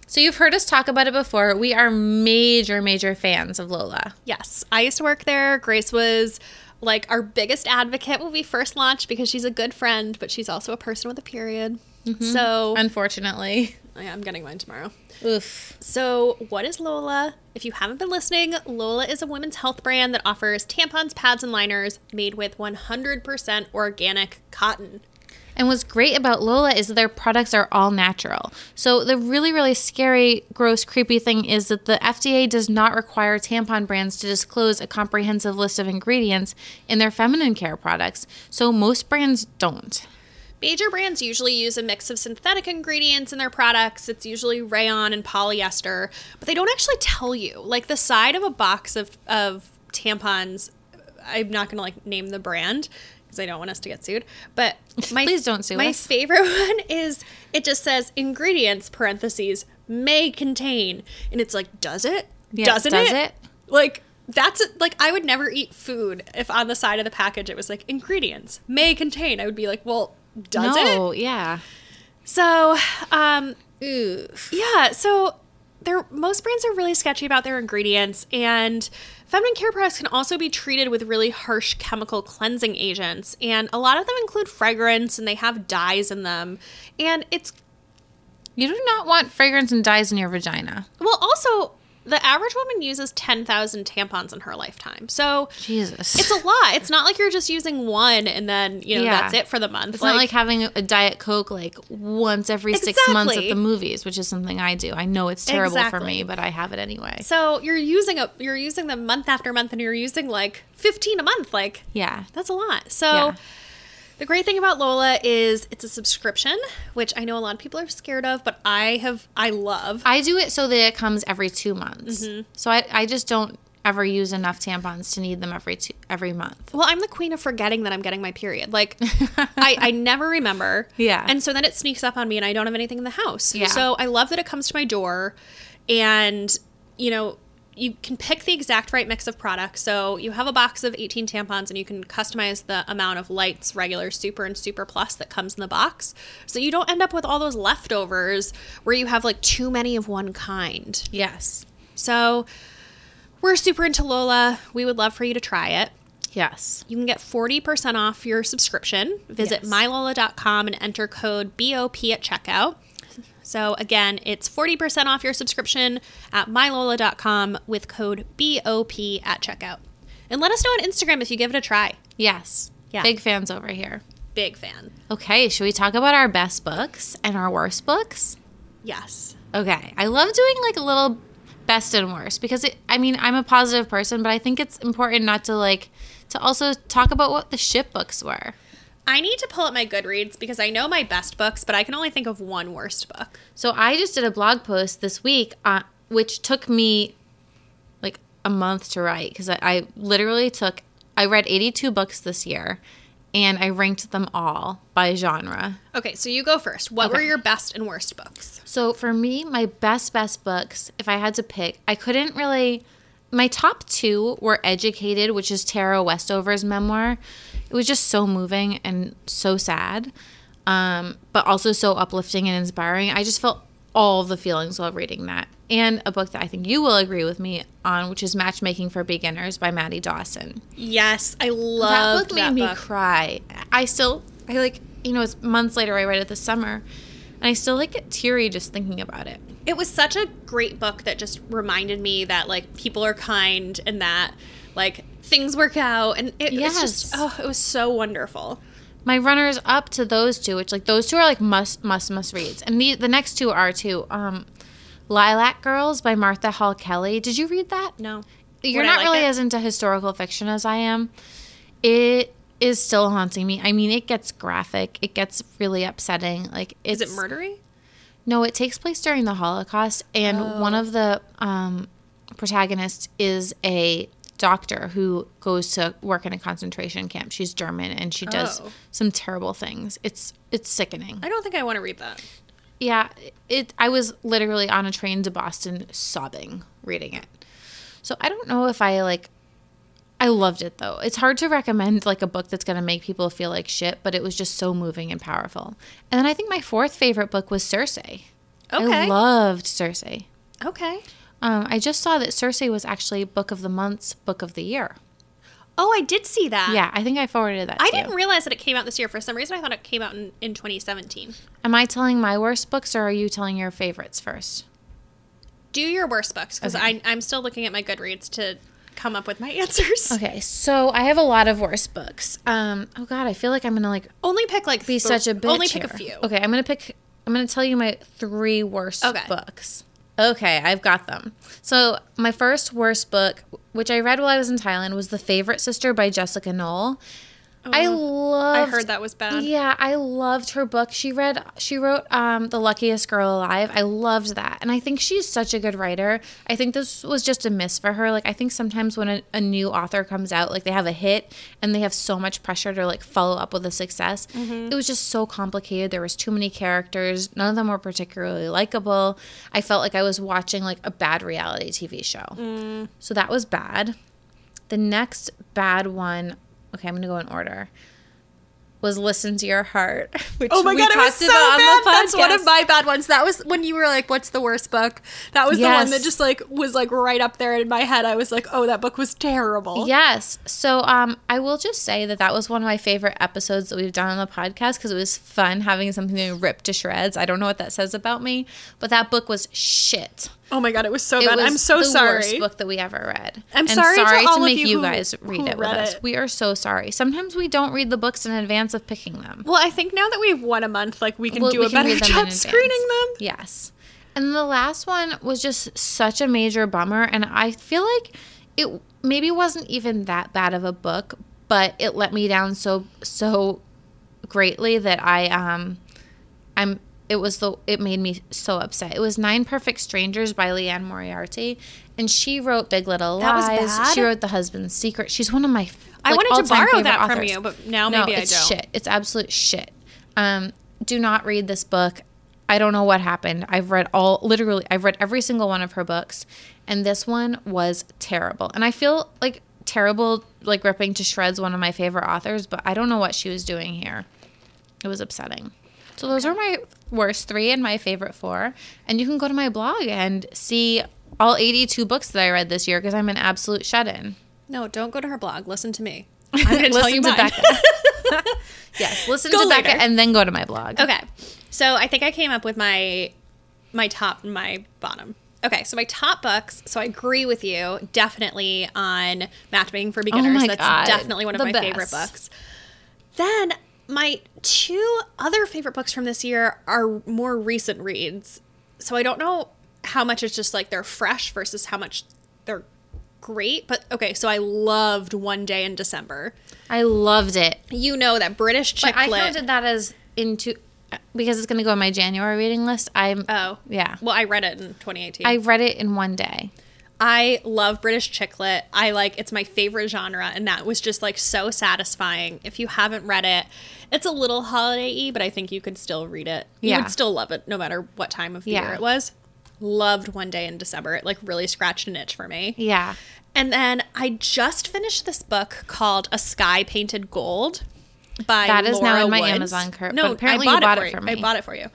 So you've heard us talk about it before. We are major, major fans of Lola.
Yes, I used to work there. Grace was like our biggest advocate when we first launched because she's a good friend, but she's also a person with a period.
Mm-hmm.
So
Unfortunately,
yeah, I'm getting mine tomorrow.
oof.
So, what is Lola? If you haven't been listening, Lola is a women's health brand that offers tampons, pads, and liners made with 100% organic cotton.
And what's great about Lola is that their products are all natural. So the really, really scary, gross, creepy thing is that the FDA does not require tampon brands to disclose a comprehensive list of ingredients in their feminine care products. So most brands don't.
Major brands usually use a mix of synthetic ingredients in their products. It's usually rayon and polyester, but they don't actually tell you. Like the side of a box of, of tampons, I'm not going to like name the brand, because I don't want us to get sued. But my
Please don't sue
My
us.
favorite one is it just says ingredients parentheses may contain, and it's like does it?
Yeah,
Doesn't
does
it?
it?
Like that's like I would never eat food if on the side of the package it was like ingredients may contain. I would be like, well, does it?
no, yeah.
So, um,
Oof.
yeah, so they're, most brands are really sketchy about their ingredients, and feminine care products can also be treated with really harsh chemical cleansing agents. And a lot of them include fragrance and they have dyes in them. And it's,
You do not want fragrance and dyes in your vagina.
well, also, the average woman uses 10,000 tampons in her lifetime. So
Jesus.
it's a lot. It's not like you're just using one and then, you know,
Yeah.
that's it for the month.
It's not like having a Diet Coke like once every six months at
Exactly.
the movies, which is something I do. I know it's terrible for
Exactly.
me, but I have it anyway.
so you're using a you're using them month after month and you're using like 15 a month like
Yeah.
That's a lot. So
Yeah.
the great thing about Lola is it's a subscription, which I know a lot of people are scared of, but I have I love.
I do it so that it comes every two months.
Mm-hmm.
So I, I just don't ever use enough tampons to need them every two, every month.
Well, I'm the queen of forgetting that I'm getting my period. Like I, I never remember.
Yeah.
And so then it sneaks up on me and I don't have anything in the house.
Yeah.
So I love that it comes to my door and you know, you can pick the exact right mix of products. So you have a box of 18 tampons and you can customize the amount of lights, regular, super, and super plus that comes in the box. So you don't end up with all those leftovers where you have like too many of one kind.
Yes.
So we're super into Lola. We would love for you to try it.
Yes.
You can get 40% off your subscription. Visit
Yes.
mylola.com and enter code BOP at checkout. So again, it's 40% off your subscription at mylola.com with code BOP at checkout. And let us know on Instagram if you give it a try.
Yes.
Yeah.
Big fans over here.
Big fan.
Okay, should we talk about our best books and our worst books?
Yes.
Okay. I love doing like a little best and worst because it, I mean, I'm a positive person, but I think it's important not to like to also talk about what the shit books were.
I need to pull up my Goodreads because I know my best books, but I can only think of one worst book.
So I just did a blog post this week, uh, which took me like a month to write because I, I literally took, I read 82 books this year and I ranked them all by genre.
Okay, so you go first. What were
Okay.
your best and worst books?
So for me, my best, best books, if I had to pick, I couldn't really. My top two were Educated, which is Tara Westover's memoir. It was just so moving and so sad, um, but also so uplifting and inspiring. I just felt all the feelings while reading that. And a book that I think you will agree with me on, which is Matchmaking for Beginners by Maddie Dawson
Yes, I love
that book made me cry. I still, I like, you know, it's months later. I read it this summer, and I still like get teary just thinking about it.
it was such a great book that just reminded me that like people are kind and that like things work out and it was
Yes.
just oh it was so wonderful
My runners up to those two, which like those two are like must, must, must reads, and the the next two are too. Um, Lilac Girls by Martha Hall Kelly. Did you read that?
no
You're
Would I
not
like
really
it?
as into historical fiction as I am. It is still haunting me. I mean, it gets graphic. It gets really upsetting. Like,
is
it's,
it murdery
No, it takes place during the Holocaust, and one of the um, protagonists is a doctor who goes to work in a concentration camp. She's German, and she does
Oh.
some terrible things. It's it's sickening.
i don't think i want to read that
Yeah, it. I was literally on a train to Boston, sobbing reading it. So I don't know if I like. I loved it though. It's hard to recommend like a book that's going to make people feel like shit, but it was just so moving and powerful. And then I think my fourth favorite book was Circe. I
okay
loved Cersei.
okay
Um, I just saw that Cersei was actually book of the month's book of the year.
oh i did see that
Yeah, I think I forwarded that.
i
to you.
didn't realize that it came out this year for some reason i thought it came out in, in 2017
Am I telling my worst books or are you telling your favorites first?
do your worst books because
Okay.
i'm still looking at my goodreads to come up with my answers
Okay, so I have a lot of worst books. Um, oh God, I feel like I'm gonna like
only pick like
be such a bitch.
only pick a
here.
few
Okay, I'm gonna pick. I'm gonna tell you my three worst
Okay.
books. Okay, I've got them. So my first worst book, which I read while I was in Thailand, was *The Favorite Sister* by Jessica Knoll. I
Oh,
love.
I heard that was bad.
Yeah, I loved her book. She read she wrote um The Luckiest Girl Alive. I loved that. And I think she's such a good writer. I think this was just a miss for her. Like I think sometimes when a, a new author comes out, like they have a hit and they have so much pressure to like follow up with a success.
Mm-hmm.
It was just so complicated. There was too many characters. None of them were particularly likable. I felt like I was watching like a bad reality TV show.
Mm.
So that was bad. The next bad one, okay, I'm gonna go in order. Was listen to your heart, which
Oh my
we
god, it was
talked
so
about on
bad.
the
That's one of
podcast.
my bad ones. That was when you were like, "What's the worst book?" That was the one that
Yes.
just like was like right up there in my head. I was like, "Oh, that book was terrible."
Yes. So um, I will just say that that was one of my favorite episodes that we've done on the podcast because it was fun having something to rip to shreds. I don't know what that says about me, but that book was shit.
Oh my god, it was so
It
bad.
was
I'm so
the
sorry.
worst book that we ever read.
I'm
And
sorry to all of
make
you who-
guys read
who
it with
read
us.
it.
We are so sorry. Sometimes we don't read the books in advance of picking them.
Well, I think now that we've won a month, like we can
Well,
do
we
a
can
better
read them in
job
advance.
screening them.
Yes. And the last one was just such a major bummer. And I feel like it maybe wasn't even that bad of a book, but it let me down so, so greatly that I, um, I'm, it was the, it made me so upset. It was Nine Perfect Strangers by Leanne Moriarty. And she wrote Big Little
That was
Lies. She
bad?
wrote The Husband's Secret. She's one of my,
I
like,
wanted to
all-time
borrow
favorite
that from
authors.
you, but now
No,
maybe I
it's
don't.
shit. It's absolute shit. Um, do not read this book. I don't know what happened. I've read all literally. I've read every single one of her books, and this one was terrible. And I feel like terrible, like ripping to shreds one of my favorite authors. But I don't know what she was doing here. It was upsetting. So those are my worst three and my favorite four. And you can go to my blog and see all 82 books that I read this year because I'm an absolute shut-in.
No, don't go to her blog. Listen to me. I'm gonna
Listen
tell you
to
mine.
Becca. yes, listen
Go
to Becca
later.
and then go to my blog.
Okay. So I think I came up with my my top and my bottom. Okay, so my top books. So I agree with you definitely on matchmaking for beginners.
Oh my
That's
God.
definitely one of
The
my
best.
favorite books. Then my two other favorite books from this year are more recent reads. So I don't know how much it's just like they're fresh versus how much they're great. But okay, so I loved One Day in December.
I loved it.
You know that British chick
But I
lit.
counted that as into because it's going to go on my January reading list. I'm
Oh.
yeah.
Well, I read it in 2018.
I read it in one day.
I love British chick lit. I like it's my favorite genre, and that was just like so satisfying. If you haven't read it, it's a little holiday y, but I think you could still read it. You
Yeah.
would still love it no matter what time of the
Yeah.
year it was. Loved one day in December. It like really scratched an itch for me.
Yeah.
And then I just finished this book called A Sky Painted Gold by
That is now
Laura
in my
Woods.
Amazon cart,
No,
but apparently
I
you
bought
bought
it
it
for
for
you.
me.
I bought it for you.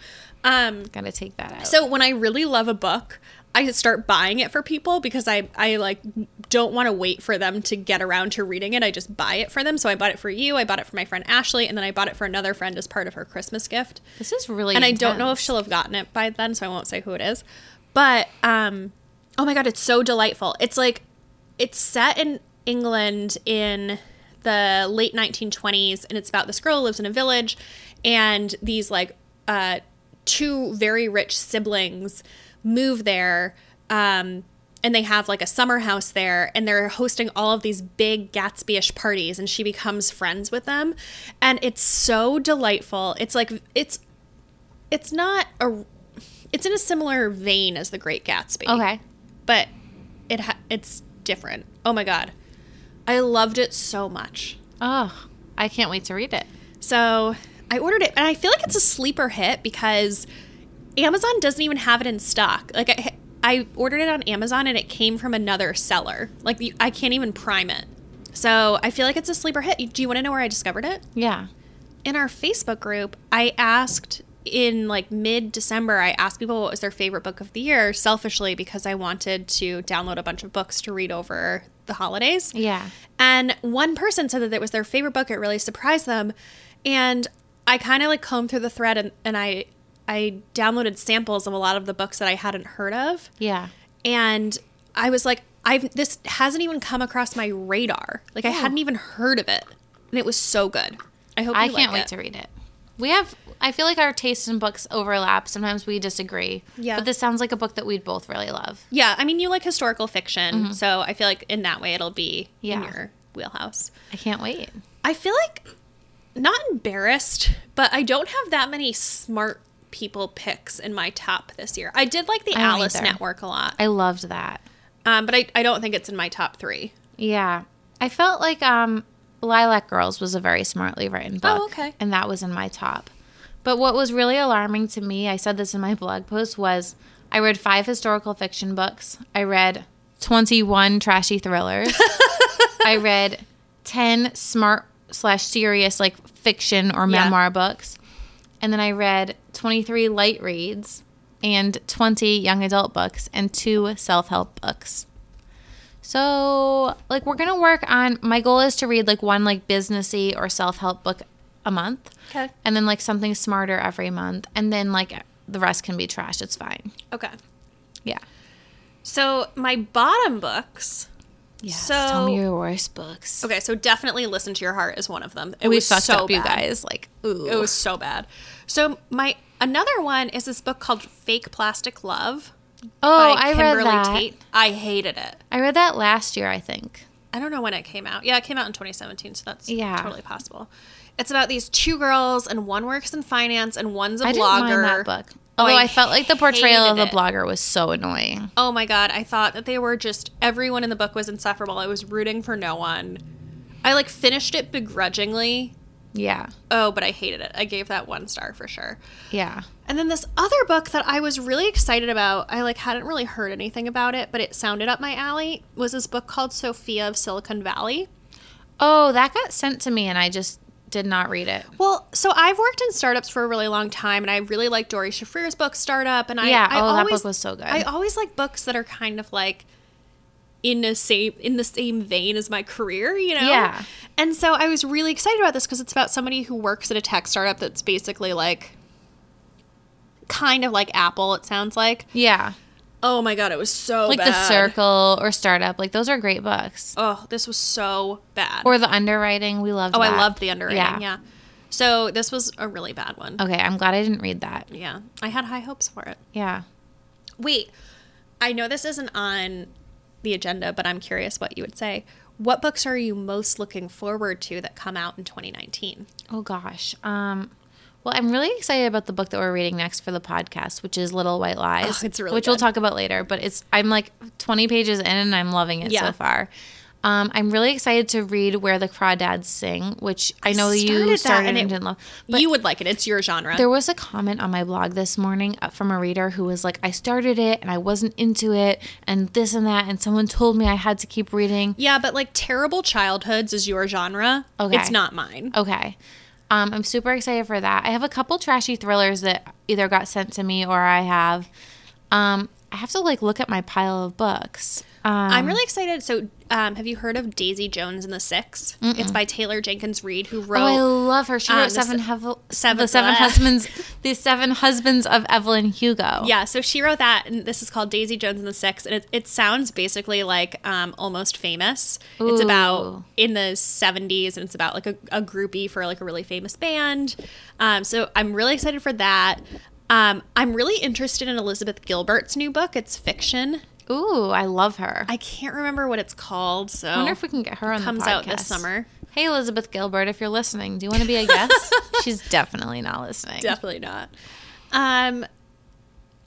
Um,
Got to take that out.
so when I really love a book, I start buying it for people because I I like don't want to wait for them to get around to reading it. I just buy it for them. So I bought it for you, I bought it for my friend Ashley, and then I bought it for another friend as part of her Christmas gift.
this is really
And I don't know if
intense.
she'll have gotten it by then, so I won't say who it is. But um oh my god, it's so delightful. It's like it's set in England in the late 1920s and it's about this girl who lives in a village and these like uh two very rich siblings move there um and they have like a summer house there and they're hosting all of these big gatsby-ish parties and she becomes friends with them and it's so delightful it's like it's it's not a it's in a similar vein as the great gatsby
Okay.
but it ha- it's different oh my god i loved it so much
Oh, I can't wait to read it.
so i ordered it and i feel like it's a sleeper hit because amazon doesn't even have it in stock like i, I ordered it on amazon and it came from another seller like you, i can't even prime it so i feel like it's a sleeper hit do you want to know where i discovered it
Yeah.
in our Facebook group, I asked in like mid December, I asked people what was their favorite book of the year selfishly because I wanted to download a bunch of books to read over the holidays.
Yeah.
And one person said that it was their favorite book. It really surprised them. And I kind of like combed through the thread and, and I I downloaded samples of a lot of the books that I hadn't heard of
Yeah.
and I was like, I've this hasn't even come across my radar. Like I
Oh.
hadn't even heard of it, and it was so good. I hope you
I can't
like
wait
it.
to read it. We have I feel like our tastes in books overlap. Sometimes we disagree.
Yeah.
But this sounds like a book that we'd both really love.
Yeah, I mean, you like historical fiction, so I feel like in that way it'll be in
Mm-hmm. Yeah.
your wheelhouse.
I can't wait.
I feel like not embarrassed, but I don't have that many smart people picks in my top this year. I did like the
I don't
Alice
either.
Network a lot,
I loved that.
um, but I, I don't think it's in my top three.
Yeah. I felt like um Lilac Girls was a very smartly written book.
Oh, okay.
And that was in my top. But what was really alarming to me, I said this in my blog post, was I read five historical fiction books. I read 21 trashy thrillers. I read 10 smart slash serious like fiction or
Yeah.
memoir books. And then I read 23 light reads and 20 young adult books and two self help books. So, like, we're gonna work on. My goal is to read like one like businessy or self help book a month,
Okay.
and then like something smarter every month, and then like the rest can be trash. It's fine.
Okay.
Yeah.
So my bottom books.
Yeah.
So-
tell me your worst books.
Okay, so definitely listen to your heart is one of them. It
we
was
fucked
so
up,
bad.
you guys. Like, ooh.
It was so bad. So my another one is this book called Fake Plastic Love
oh,
by
I read
Kimberly
that.
Tate. I hated it.
I read that last year, I think.
I don't know when it came out. Yeah, it came out in 2017, so that's
Yeah.
totally possible. It's about these two girls, and one works in finance, and one's a
I
blogger.
didn't mind that book. Although Oh, I, felt like the portrayal of the
hated it.
blogger was so annoying.
Oh my god, I thought that they were just everyone in the book was insufferable. I was rooting for no one. I like finished it begrudgingly.
Yeah.
Oh, but I hated it. I gave that one star for sure.
Yeah.
And then this other book that I was really excited about, I like hadn't really heard anything about it, but it sounded up my alley, was this book called Sophia of Silicon Valley.
Oh, that got sent to me, and I just did not read it.
Well, so I've worked in startups for a really long time, and I really like Dory Shafrir's book Startup, and I
Yeah,
I
oh, that book
always-
was so good.
I always like books that are kind of like in the same in the same vein as my career, you know.
Yeah.
And so I was really excited about this because it's about somebody who works at a tech startup that's basically like kind of like Apple. It sounds like.
Yeah.
Oh my god, it was so
like the
bad.
circle or startup like those are great books
Oh, this was so bad.
or the underwriting we loved
oh, I
that.
loved the underwriting.
Yeah.
Yeah. So this was a really bad one.
okay i'm glad i didn't read that
Yeah, I had high hopes for it.
yeah
Wait, I know this isn't on the agenda, but I'm curious what you would say. What books are you most looking forward to that come out in 2019?
oh gosh um well i'm really excited about the book that we're reading next for the podcast which is little white lies
Oh, it's really
which we'll
good.
talk about later but it's i'm like 20 pages in and i'm loving it
Yeah.
so far um, I'm really excited to read Where the Crawdads Sing, which I know
started
you
that
started
and
and,
it-
didn't love.
you would like it. It's your genre.
There was a comment on my blog this morning uh, from a reader who was like, I started it and I wasn't into it and this and that. And someone told me I had to keep reading.
yeah, but like Terrible Childhoods is your genre.
Okay.
It's not mine.
Okay. Um, I'm super excited for that. I have a couple trashy thrillers that either got sent to me or I have. Um, I have to like look at my pile of books. Um,
I'm really excited. So, um, have you heard of Daisy Jones and the 6 It's by Taylor Jenkins Reid, who wrote.
Oh, I love her. She
Um,
wrote
the
seven,
se-
Hevel-
Seven-
the seven
Bleh.
husbands, the seven husbands of Evelyn Hugo.
Yeah, so she wrote that, and this is called Daisy Jones and the Six, and it, it sounds basically like um, almost famous. It's
Ooh.
about in the '70s, and it's about like a, a groupie for like a really famous band. Um, so I'm really excited for that. Um, I'm really interested in Elizabeth Gilbert's new book. It's fiction.
Ooh, I love her. I
I can't remember what it's called. So
wonder if we can get her on
comes
the podcast.
out this summer.
Hey, Elizabeth Gilbert, if you're listening, do you want to be a guest? She's definitely not listening.
Definitely not. Um,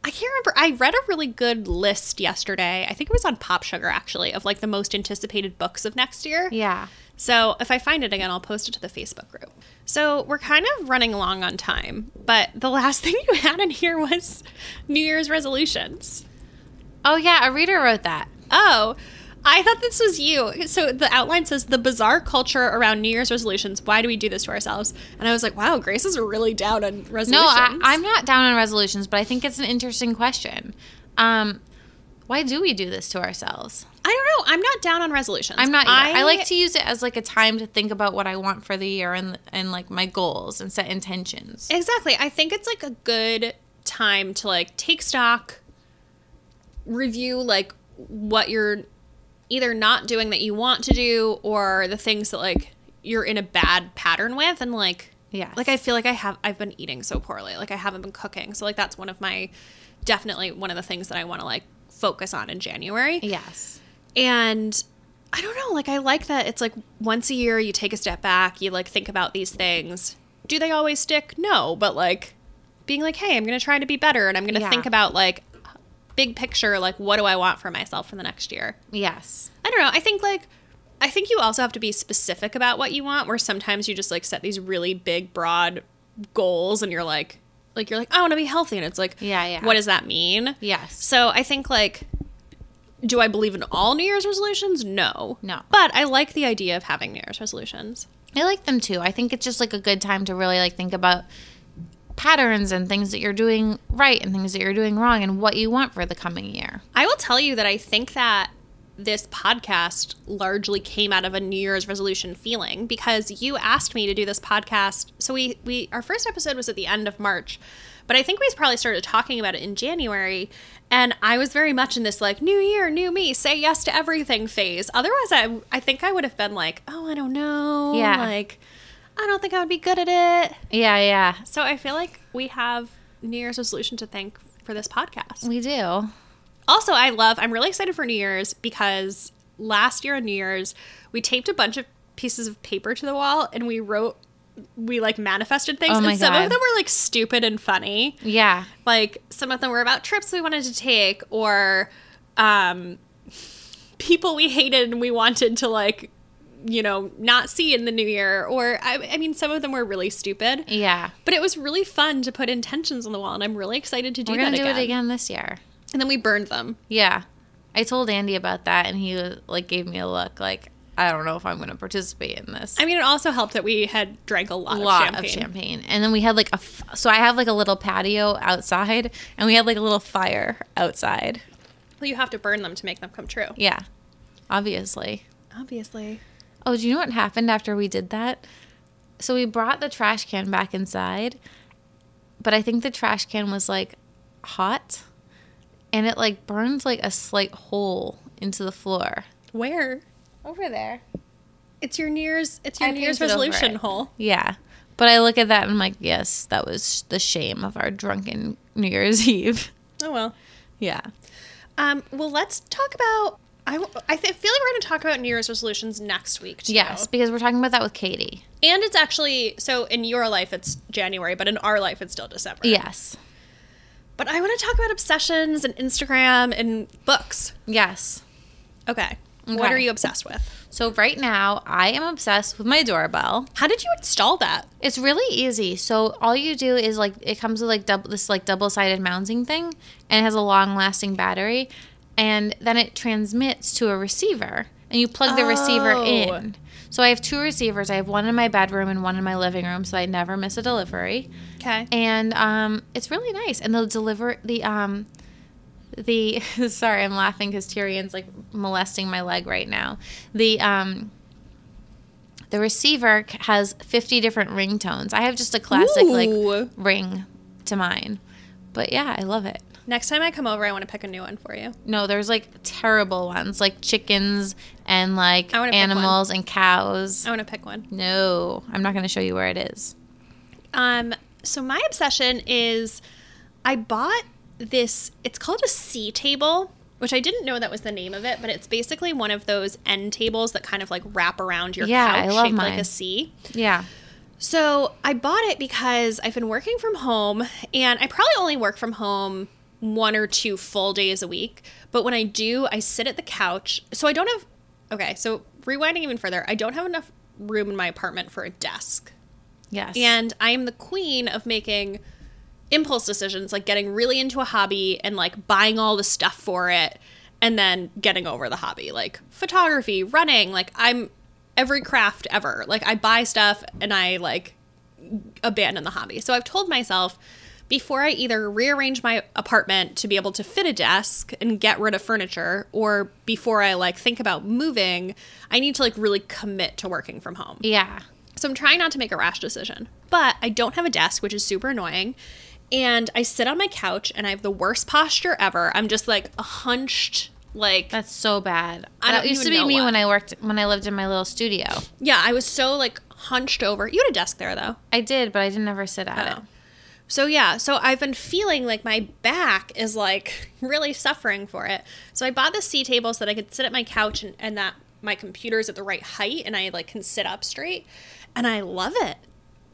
I can't remember. I read a really good list yesterday. I think it was on Pop Sugar actually of like the most anticipated books of next year.
yeah.
So if I find it again, I'll post it to the Facebook group. So we're kind of running along on time, but the last thing you had in here was New Year's resolutions.
Oh, yeah, a reader wrote that.
Oh, I thought this was you. So the outline says the bizarre culture around New Year's resolutions. Why do we do this to ourselves? And I was like, wow, Grace is really down on resolutions.
No, I, I'm not down on resolutions, but I think it's an interesting question. Um, why do we do this to ourselves?
I don't know. I'm not down on resolutions.
I'm not. Either. I, like to use it as like a time to think about what I want for the year and and like my goals and set intentions.
Exactly. I think it's like a good time to like take stock, review like what you're either not doing that you want to do or the things that like you're in a bad pattern with and like
Yes.
Like I feel like I have I've been eating so poorly. Like I haven't been cooking. So like that's one of my definitely one of the things that I want to like focus on in January.
Yes.
And I don't know. Like I like that it's like once a year you take a step back, you like think about these things. Do they always stick? No, but like being like, "Hey, I'm going to try to be better and I'm going to
Yeah.
think about like big picture like what do I want for myself for the next year?"
Yes.
I don't know. I think like I think you also have to be specific about what you want where sometimes you just like set these really big broad goals and you're like like you're like, "I want to be healthy." And it's like,
Yeah, yeah.
What does that mean?"
Yes.
So I think like do I believe in all New Year's resolutions? No.
No.
But I like the idea of having New Year's resolutions.
I like them too. I think it's just like a good time to really like think about patterns and things that you're doing right and things that you're doing wrong and what you want for the coming year.
I will tell you that I think that this podcast largely came out of a New Year's resolution feeling because you asked me to do this podcast. So we we our first episode was at the end of March, but I think we probably started talking about it in January and I was very much in this like new year, new me, say yes to everything phase. Otherwise I I think I would have been like, "Oh, I don't know."
Yeah.
Like I don't think I would be good at it.
Yeah, yeah.
So I feel like we have New Year's resolution to thank for this podcast.
We do.
Also, I love, I'm really excited for New Year's because last year on New Year's, we taped a bunch of pieces of paper to the wall and we wrote, we like manifested things.
Oh my
and some of
God.
them were like stupid and funny.
Yeah.
Like some of them were about trips we wanted to take or um, people we hated and we wanted to like, you know, not see in the new year. Or, I, I mean, some of them were really stupid.
Yeah.
But it was really fun to put intentions on the wall, and I'm really excited to do
We're
that
going to do
again.
it again this year.
And then we burned them.
Yeah. I told Andy about that and he like gave me a look like I don't know if I'm going to participate in this.
I mean, it also helped that we had drank a lot,
lot
of, champagne.
of champagne. And then we had like a f- so I have like a little patio outside and we had like a little fire outside.
Well, you have to burn them to make them come true.
Yeah. Obviously.
Obviously.
Oh, do you know what happened after we did that? So we brought the trash can back inside, but I think the trash can was like hot and it like burned like a slight hole into the floor.
Where?
Over there.
It's your New Year's. It's your
I
New Year's
painted over
resolution
it.
hole.
Yeah. But I look at that and I'm like, yes, that was the shame of our drunken New Year's Eve.
Oh well.
Yeah.
Um. Well, let's talk about. I w- I th- feel like we're going to talk about New Year's resolutions next week too.
Yes, because we're talking about that with Katie.
And it's actually so in your life it's January, but in our life it's still December.
Yes.
But I want to talk about obsessions and Instagram and books.
Yes.
Okay. What
Okay.
are you obsessed with?
So right now, I am obsessed with my doorbell.
How did you install that?
It's really easy. So all you do is like it comes with like double this like double-sided mounting thing and it has a long-lasting battery and then it transmits to a receiver and you plug the receiver
Oh.
in. So I have two receivers. I have one in my bedroom and one in my living room so I never miss a delivery.
Okay.
And um it's really nice and they'll deliver the um the sorry, I'm laughing cuz Tyrion's like molesting my leg right now. The um the receiver c- has 50 different ringtones. I have just a classic
Ooh.
like ring to mine. But yeah, I love it.
Next time I come over, I want to pick a new one for you.
No, there's like terrible ones like chickens and like
I wanna pick one.
animals and cows.
I want to pick one.
No, I'm not going to show you where it is.
Um, so my obsession is I bought this, it's called a C table, which I didn't know that was the name of it, but it's basically one of those end tables that kind of like wrap around your
Yeah,
couch
I love
shaped like
mine.
a C.
Yeah.
So I bought it because I've been working from home and I probably only work from home one or two full days a week. But when I do, I sit at the couch. So I don't have, okay, so rewinding even further, I don't have enough room in my apartment for a desk.
Yes.
And I am the queen of making impulse decisions, like getting really into a hobby and like buying all the stuff for it and then getting over the hobby, like photography, running, like I'm every craft ever. Like I buy stuff and I like abandon the hobby. So I've told myself before I either rearrange my apartment to be able to fit a desk and get rid of furniture or before I like think about moving, I need to like really commit to working from home.
yeah.
So I'm trying not to make a rash decision, but I don't have a desk, which is super annoying. And I sit on my couch and I have the worst posture ever. I'm just like hunched, like,
That's so bad.
I don't
that used to
even
be
know
me
why.
when I worked when I lived in my little studio.
yeah, I was so like hunched over. You had a desk there though.
I did, but I didn't ever sit at
Oh. So yeah, so I've been feeling like my back is like really suffering for it. So I bought this C table so that I could sit at my couch and, and that my computer's at the right height and I like can sit up straight, and I love it.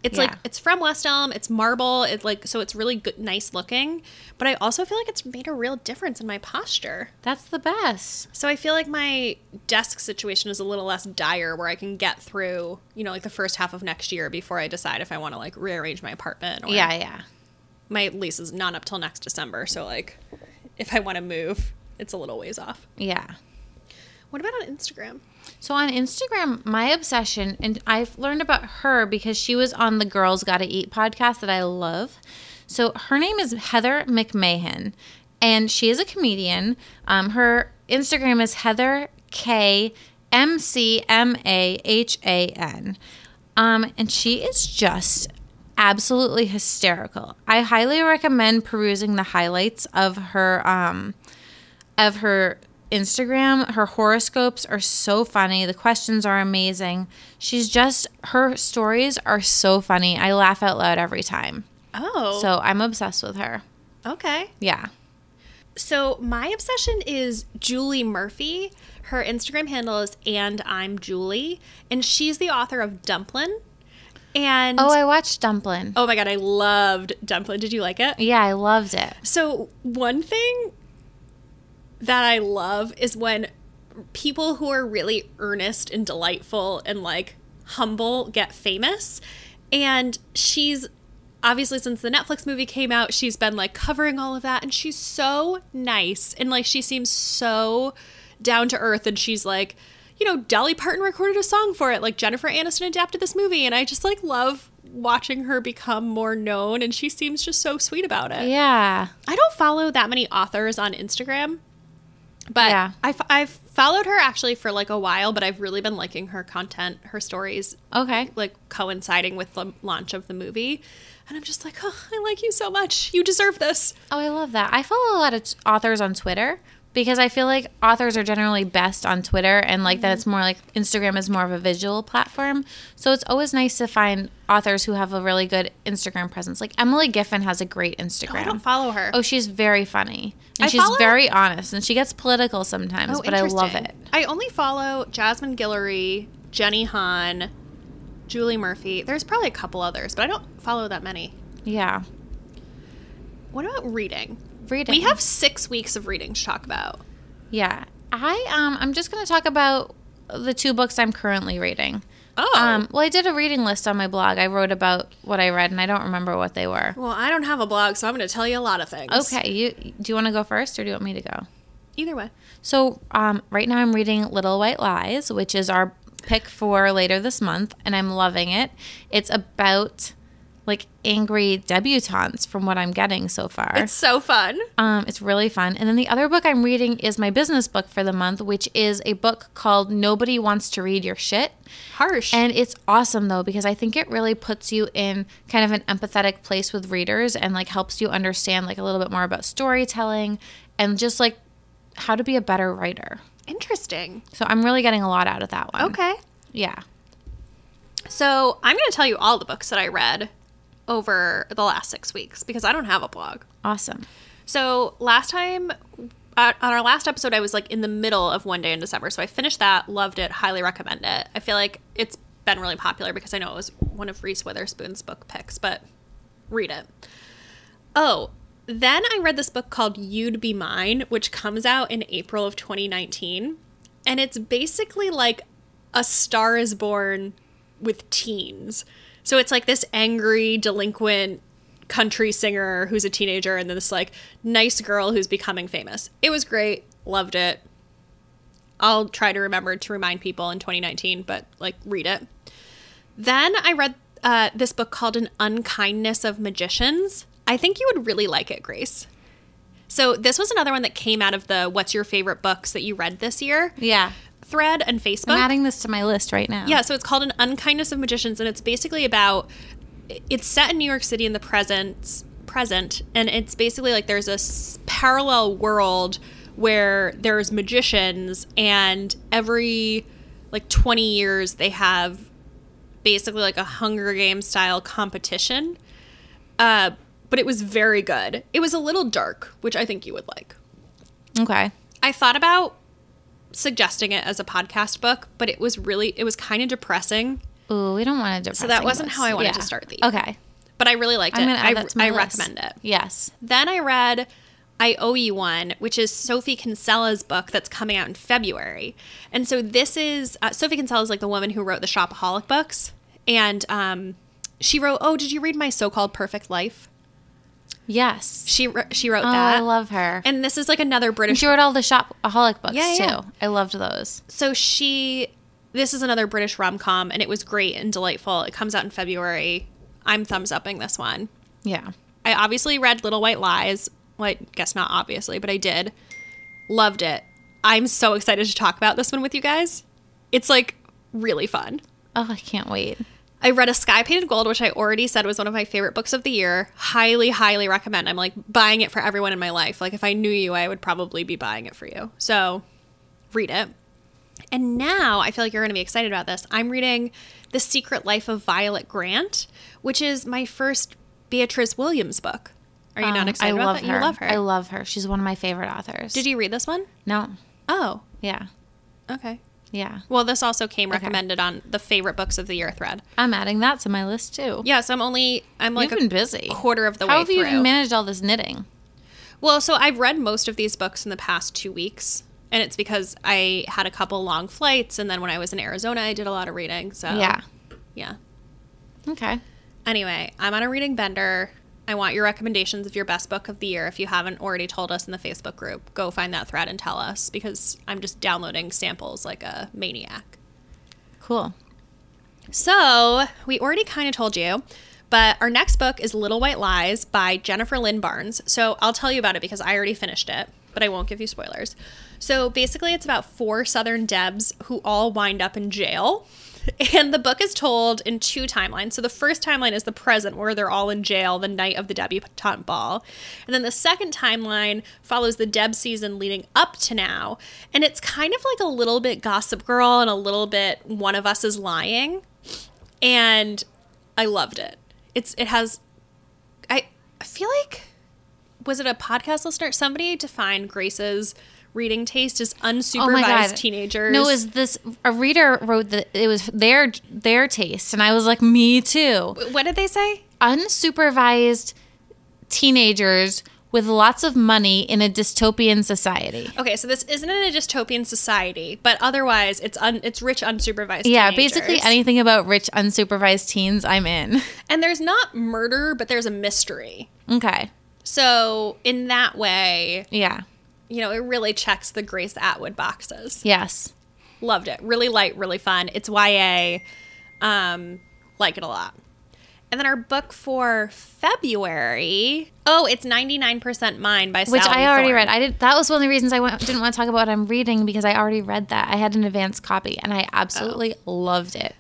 It's like
Yeah.
it's from West Elm. It's marble. It like so it's really good, nice looking. But I also feel like it's made a real difference in my posture.
That's the best.
So I feel like my desk situation is a little less dire where I can get through, you know, like the first half of next year before I decide if I want to like rearrange my apartment or
Yeah, yeah.
my lease is not up till next December, so like if I want to move, it's a little ways off.
Yeah.
What about on Instagram?
So on Instagram, my obsession, and I've learned about her because she was on the Girls Gotta Eat podcast that I love. So her name is Heather McMahon, and she is a comedian. Um, her Instagram is Heather K M C M A H A N. Um, and she is just absolutely hysterical. I highly recommend perusing the highlights of her um, of her Instagram. Her horoscopes are so funny. The questions are amazing. She's just her stories are so funny. I laugh out loud every time.
Oh,
So I'm obsessed with her.
okay.
Yeah.
So my obsession is Julie Murphy. Her Instagram handle is and I'm Julie, and she's the author of Dumplin. And
Oh, I watched Dumplin.
oh my god, I loved Dumplin. Did you like it?
Yeah, I loved it.
So, one thing that I love is when people who are really earnest and delightful and like humble get famous. And she's obviously, since the Netflix movie came out, she's been like covering all of that. And she's so nice. And like, she seems so down to earth. And she's like, you know, Dolly Parton recorded a song for it. Like, Jennifer Aniston adapted this movie. And I just like love watching her become more known. And she seems just so sweet about it.
Yeah.
I don't follow that many authors on Instagram, but
Yeah.
I've, I've followed her actually for like a while, but I've really been liking her content, her stories,
Okay.
like coinciding with the launch of the movie. And I'm just like, oh, I like you so much. You deserve this.
Oh, I love that. I follow a lot of t- authors on Twitter because I feel like authors are generally best on Twitter and like
Mm-hmm.
that it's more like Instagram is more of a visual platform. So it's always nice to find authors who have a really good Instagram presence. Like Emily Giffin has a great Instagram.
Oh, I don't follow her.
Oh, she's very funny. And
I
she's
follow-
very honest and she gets political sometimes, but I love
Oh, interesting.
it.
I only follow Jasmine Guillory, Jenny Hahn, Julie Murphy. There's probably a couple others, but I don't follow that many.
Yeah.
What about reading?
Reading.
We have six weeks of reading to talk about.
Yeah. I um I'm just going to talk about the two books I'm currently reading.
Oh,
Um, well, I did a reading list on my blog. I wrote about what I read, and I don't remember what they were.
Well, I don't have a blog, so I'm going to tell you a lot of things.
Okay, you do you want to go first, or do you want me to go?
Either way.
So, um, right now I'm reading Little White Lies, which is our pick for later this month, and I'm loving it. It's about like angry debutantes, from what I'm getting so far.
It's so fun.
Um, it's really fun. And then the other book I'm reading is my business book for the month, which is a book called Nobody Wants to Read Your Shit.
Harsh.
And it's awesome though because I think it really puts you in kind of an empathetic place with readers and like helps you understand like a little bit more about storytelling and just like how to be a better writer.
Interesting.
So I'm really getting a lot out of that one.
Okay.
Yeah.
So I'm going to tell you all the books that I read over the last six weeks because I don't have a blog.
Awesome.
So last time, uh, on our last episode, I was like in the middle of One Day in December. So I finished that, loved it, highly recommend it. I feel like it's been really popular because I know it was one of Reese Witherspoon's book picks, but read it. Oh, then I read this book called You'd Be Mine, which comes out in April of 2019. And it's basically like a star is born with teens. So it's like this angry, delinquent country singer who's a teenager, and then this like nice girl who's becoming famous. It was great. Loved it. I'll try to remember to remind people in 2019, but like read it. Then I read uh, this book called An Unkindness of Magicians. I think you would really like it, Grace. So, this was another one that came out of the What's Your Favorite Books that you read this year
Yeah.
thread and Facebook.
I'm adding this to my list right now.
Yeah, so it's called An Unkindness of Magicians, and it's basically about it's set in New York City in the present present, and it's basically like there's a s- parallel world where there's magicians, and every like 20 years they have basically like a Hunger Games style competition. Uh, but it was very good. It was a little dark, which I think you would like.
Okay.
I thought about suggesting it as a podcast book, but it was really it was kind of depressing.
Ooh, we don't want to.
So that wasn't how I wanted to start the
Okay,
But I really liked it.
I'm gonna add
I,
that to my
I
list.
recommend it.
Yes.
Then I read I Owe You One, which is Sophie Kinsella's book that's coming out in February. And so this is uh, Sophie Kinsella is like the woman who wrote the Shopaholic books. And um, she wrote, Oh, did you read My So Called Perfect Life?
Yes.
She, wr- she wrote
Oh,
that.
I love her. And
and this is like another British
she wrote all the shopaholic books
Yeah,
too.
yeah.
I loved those.
so she this is another british rom-com and it was great and delightful it comes out in february i'm thumbs upping this one
Yeah.
i obviously read little white lies well i guess not obviously but i did loved it i'm so excited to talk about this one with you guys it's like really fun
Oh, I can't wait.
i read a sky painted gold which i already said was one of my favorite books of the year highly highly recommend i'm like buying it for everyone in my life like if i knew you i would probably be buying it for you so read it and now I feel like you're going to be excited about this. I'm reading The Secret Life of Violet Grant, which is my first Beatrice Williams book. Are you
Um,
not excited
I
about
love
that?
Her.
You love her.
I love her. She's one of my favorite authors.
Did you read this one?
No.
Oh,
Yeah.
okay.
Yeah.
Well, this also came recommended on the favorite books of the year thread.
I'm adding that to my list too.
Yeah, so I'm only I'm like
You've
a
been busy.
quarter of the
How
way
have you
through.
even managed all this knitting?
Well, so I've read most of these books in the past two weeks, and it's because I had a couple long flights, and then when I was in Arizona, I did a lot of reading. So
Yeah.
yeah.
Okay.
Anyway, I'm on a reading bender. I want your recommendations of your best book of the year. If you haven't already told us in the Facebook group, go find that thread and tell us because I'm just downloading samples like a maniac.
Cool.
So, we already kind of told you, but our next book is Little White Lies by Jennifer Lynn Barnes. So, I'll tell you about it because I already finished it, but I won't give you spoilers. So, basically, it's about four Southern Debs who all wind up in jail. And the book is told in two timelines. So, the first timeline is the present, where they're all in jail the night of the debutante ball. And then the second timeline follows the Deb season leading up to now. And it's kind of like a little bit Gossip Girl and a little bit One of Us is Lying and I loved it. It's it has I I feel like was it a podcast listener? Somebody defined Grace's reading taste as unsupervised teenagers.
Oh No, is this a reader wrote that it was their their taste, and I was like, me too.
what did they say?
Unsupervised teenagers with lots of money in a dystopian society.
Okay, so this isn't in a dystopian society, but otherwise it's un, it's rich unsupervised.
Yeah,
teenagers.
basically anything about rich unsupervised teens, I'm in.
And there's not murder, but there's a mystery.
Okay.
So in that way,
Yeah.
you know, it really checks the Grace Atwood boxes.
Yes.
Loved it. Really light, really fun. It's YA. Um, like it a lot. And then our book for February. Oh, it's 99% Mine by
Which
Sally
I already
Thorne.
read. I did. That was one of the reasons I went, didn't want to talk about what I'm reading because I already read that. I had an advanced copy and I absolutely loved it.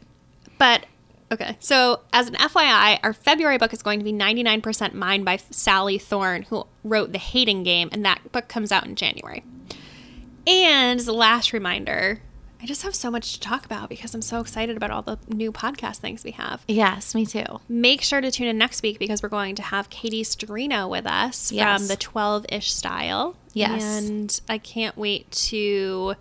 But okay. So, as an FYI, our February book is going to be 99% Mine by Sally Thorne, who wrote The Hating Game, and that book comes out in January. And as a last reminder, I just have so much to talk about because I'm so excited about all the new podcast things we have.
Yes, me too.
make sure to tune in next week because we're going to have Katie Storino with us
Yes.
from the 12 ish style.
Yes.
And I can't wait to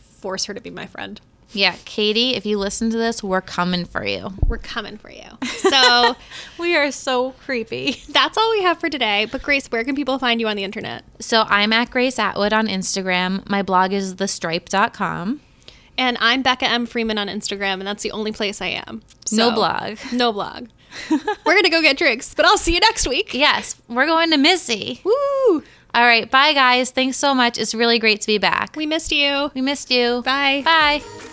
force her to be my friend.
Yeah, Katie, if you listen to this, we're coming for you.
We're coming for you. So
We are so creepy.
that's all we have for today. But Grace, where can people find you on the internet?
So I'm at Grace Atwood on Instagram. My blog is thestripe.com.
And I'm Becca M. Freeman on Instagram, and that's the only place I am.
No
So-
blog.
No blog. we're going to go get drinks, but I'll see you next week.
Yes, we're going to Missy.
Woo!
All right, bye guys. Thanks so much. It's really great to be back.
We missed you.
We missed you.
Bye.
Bye.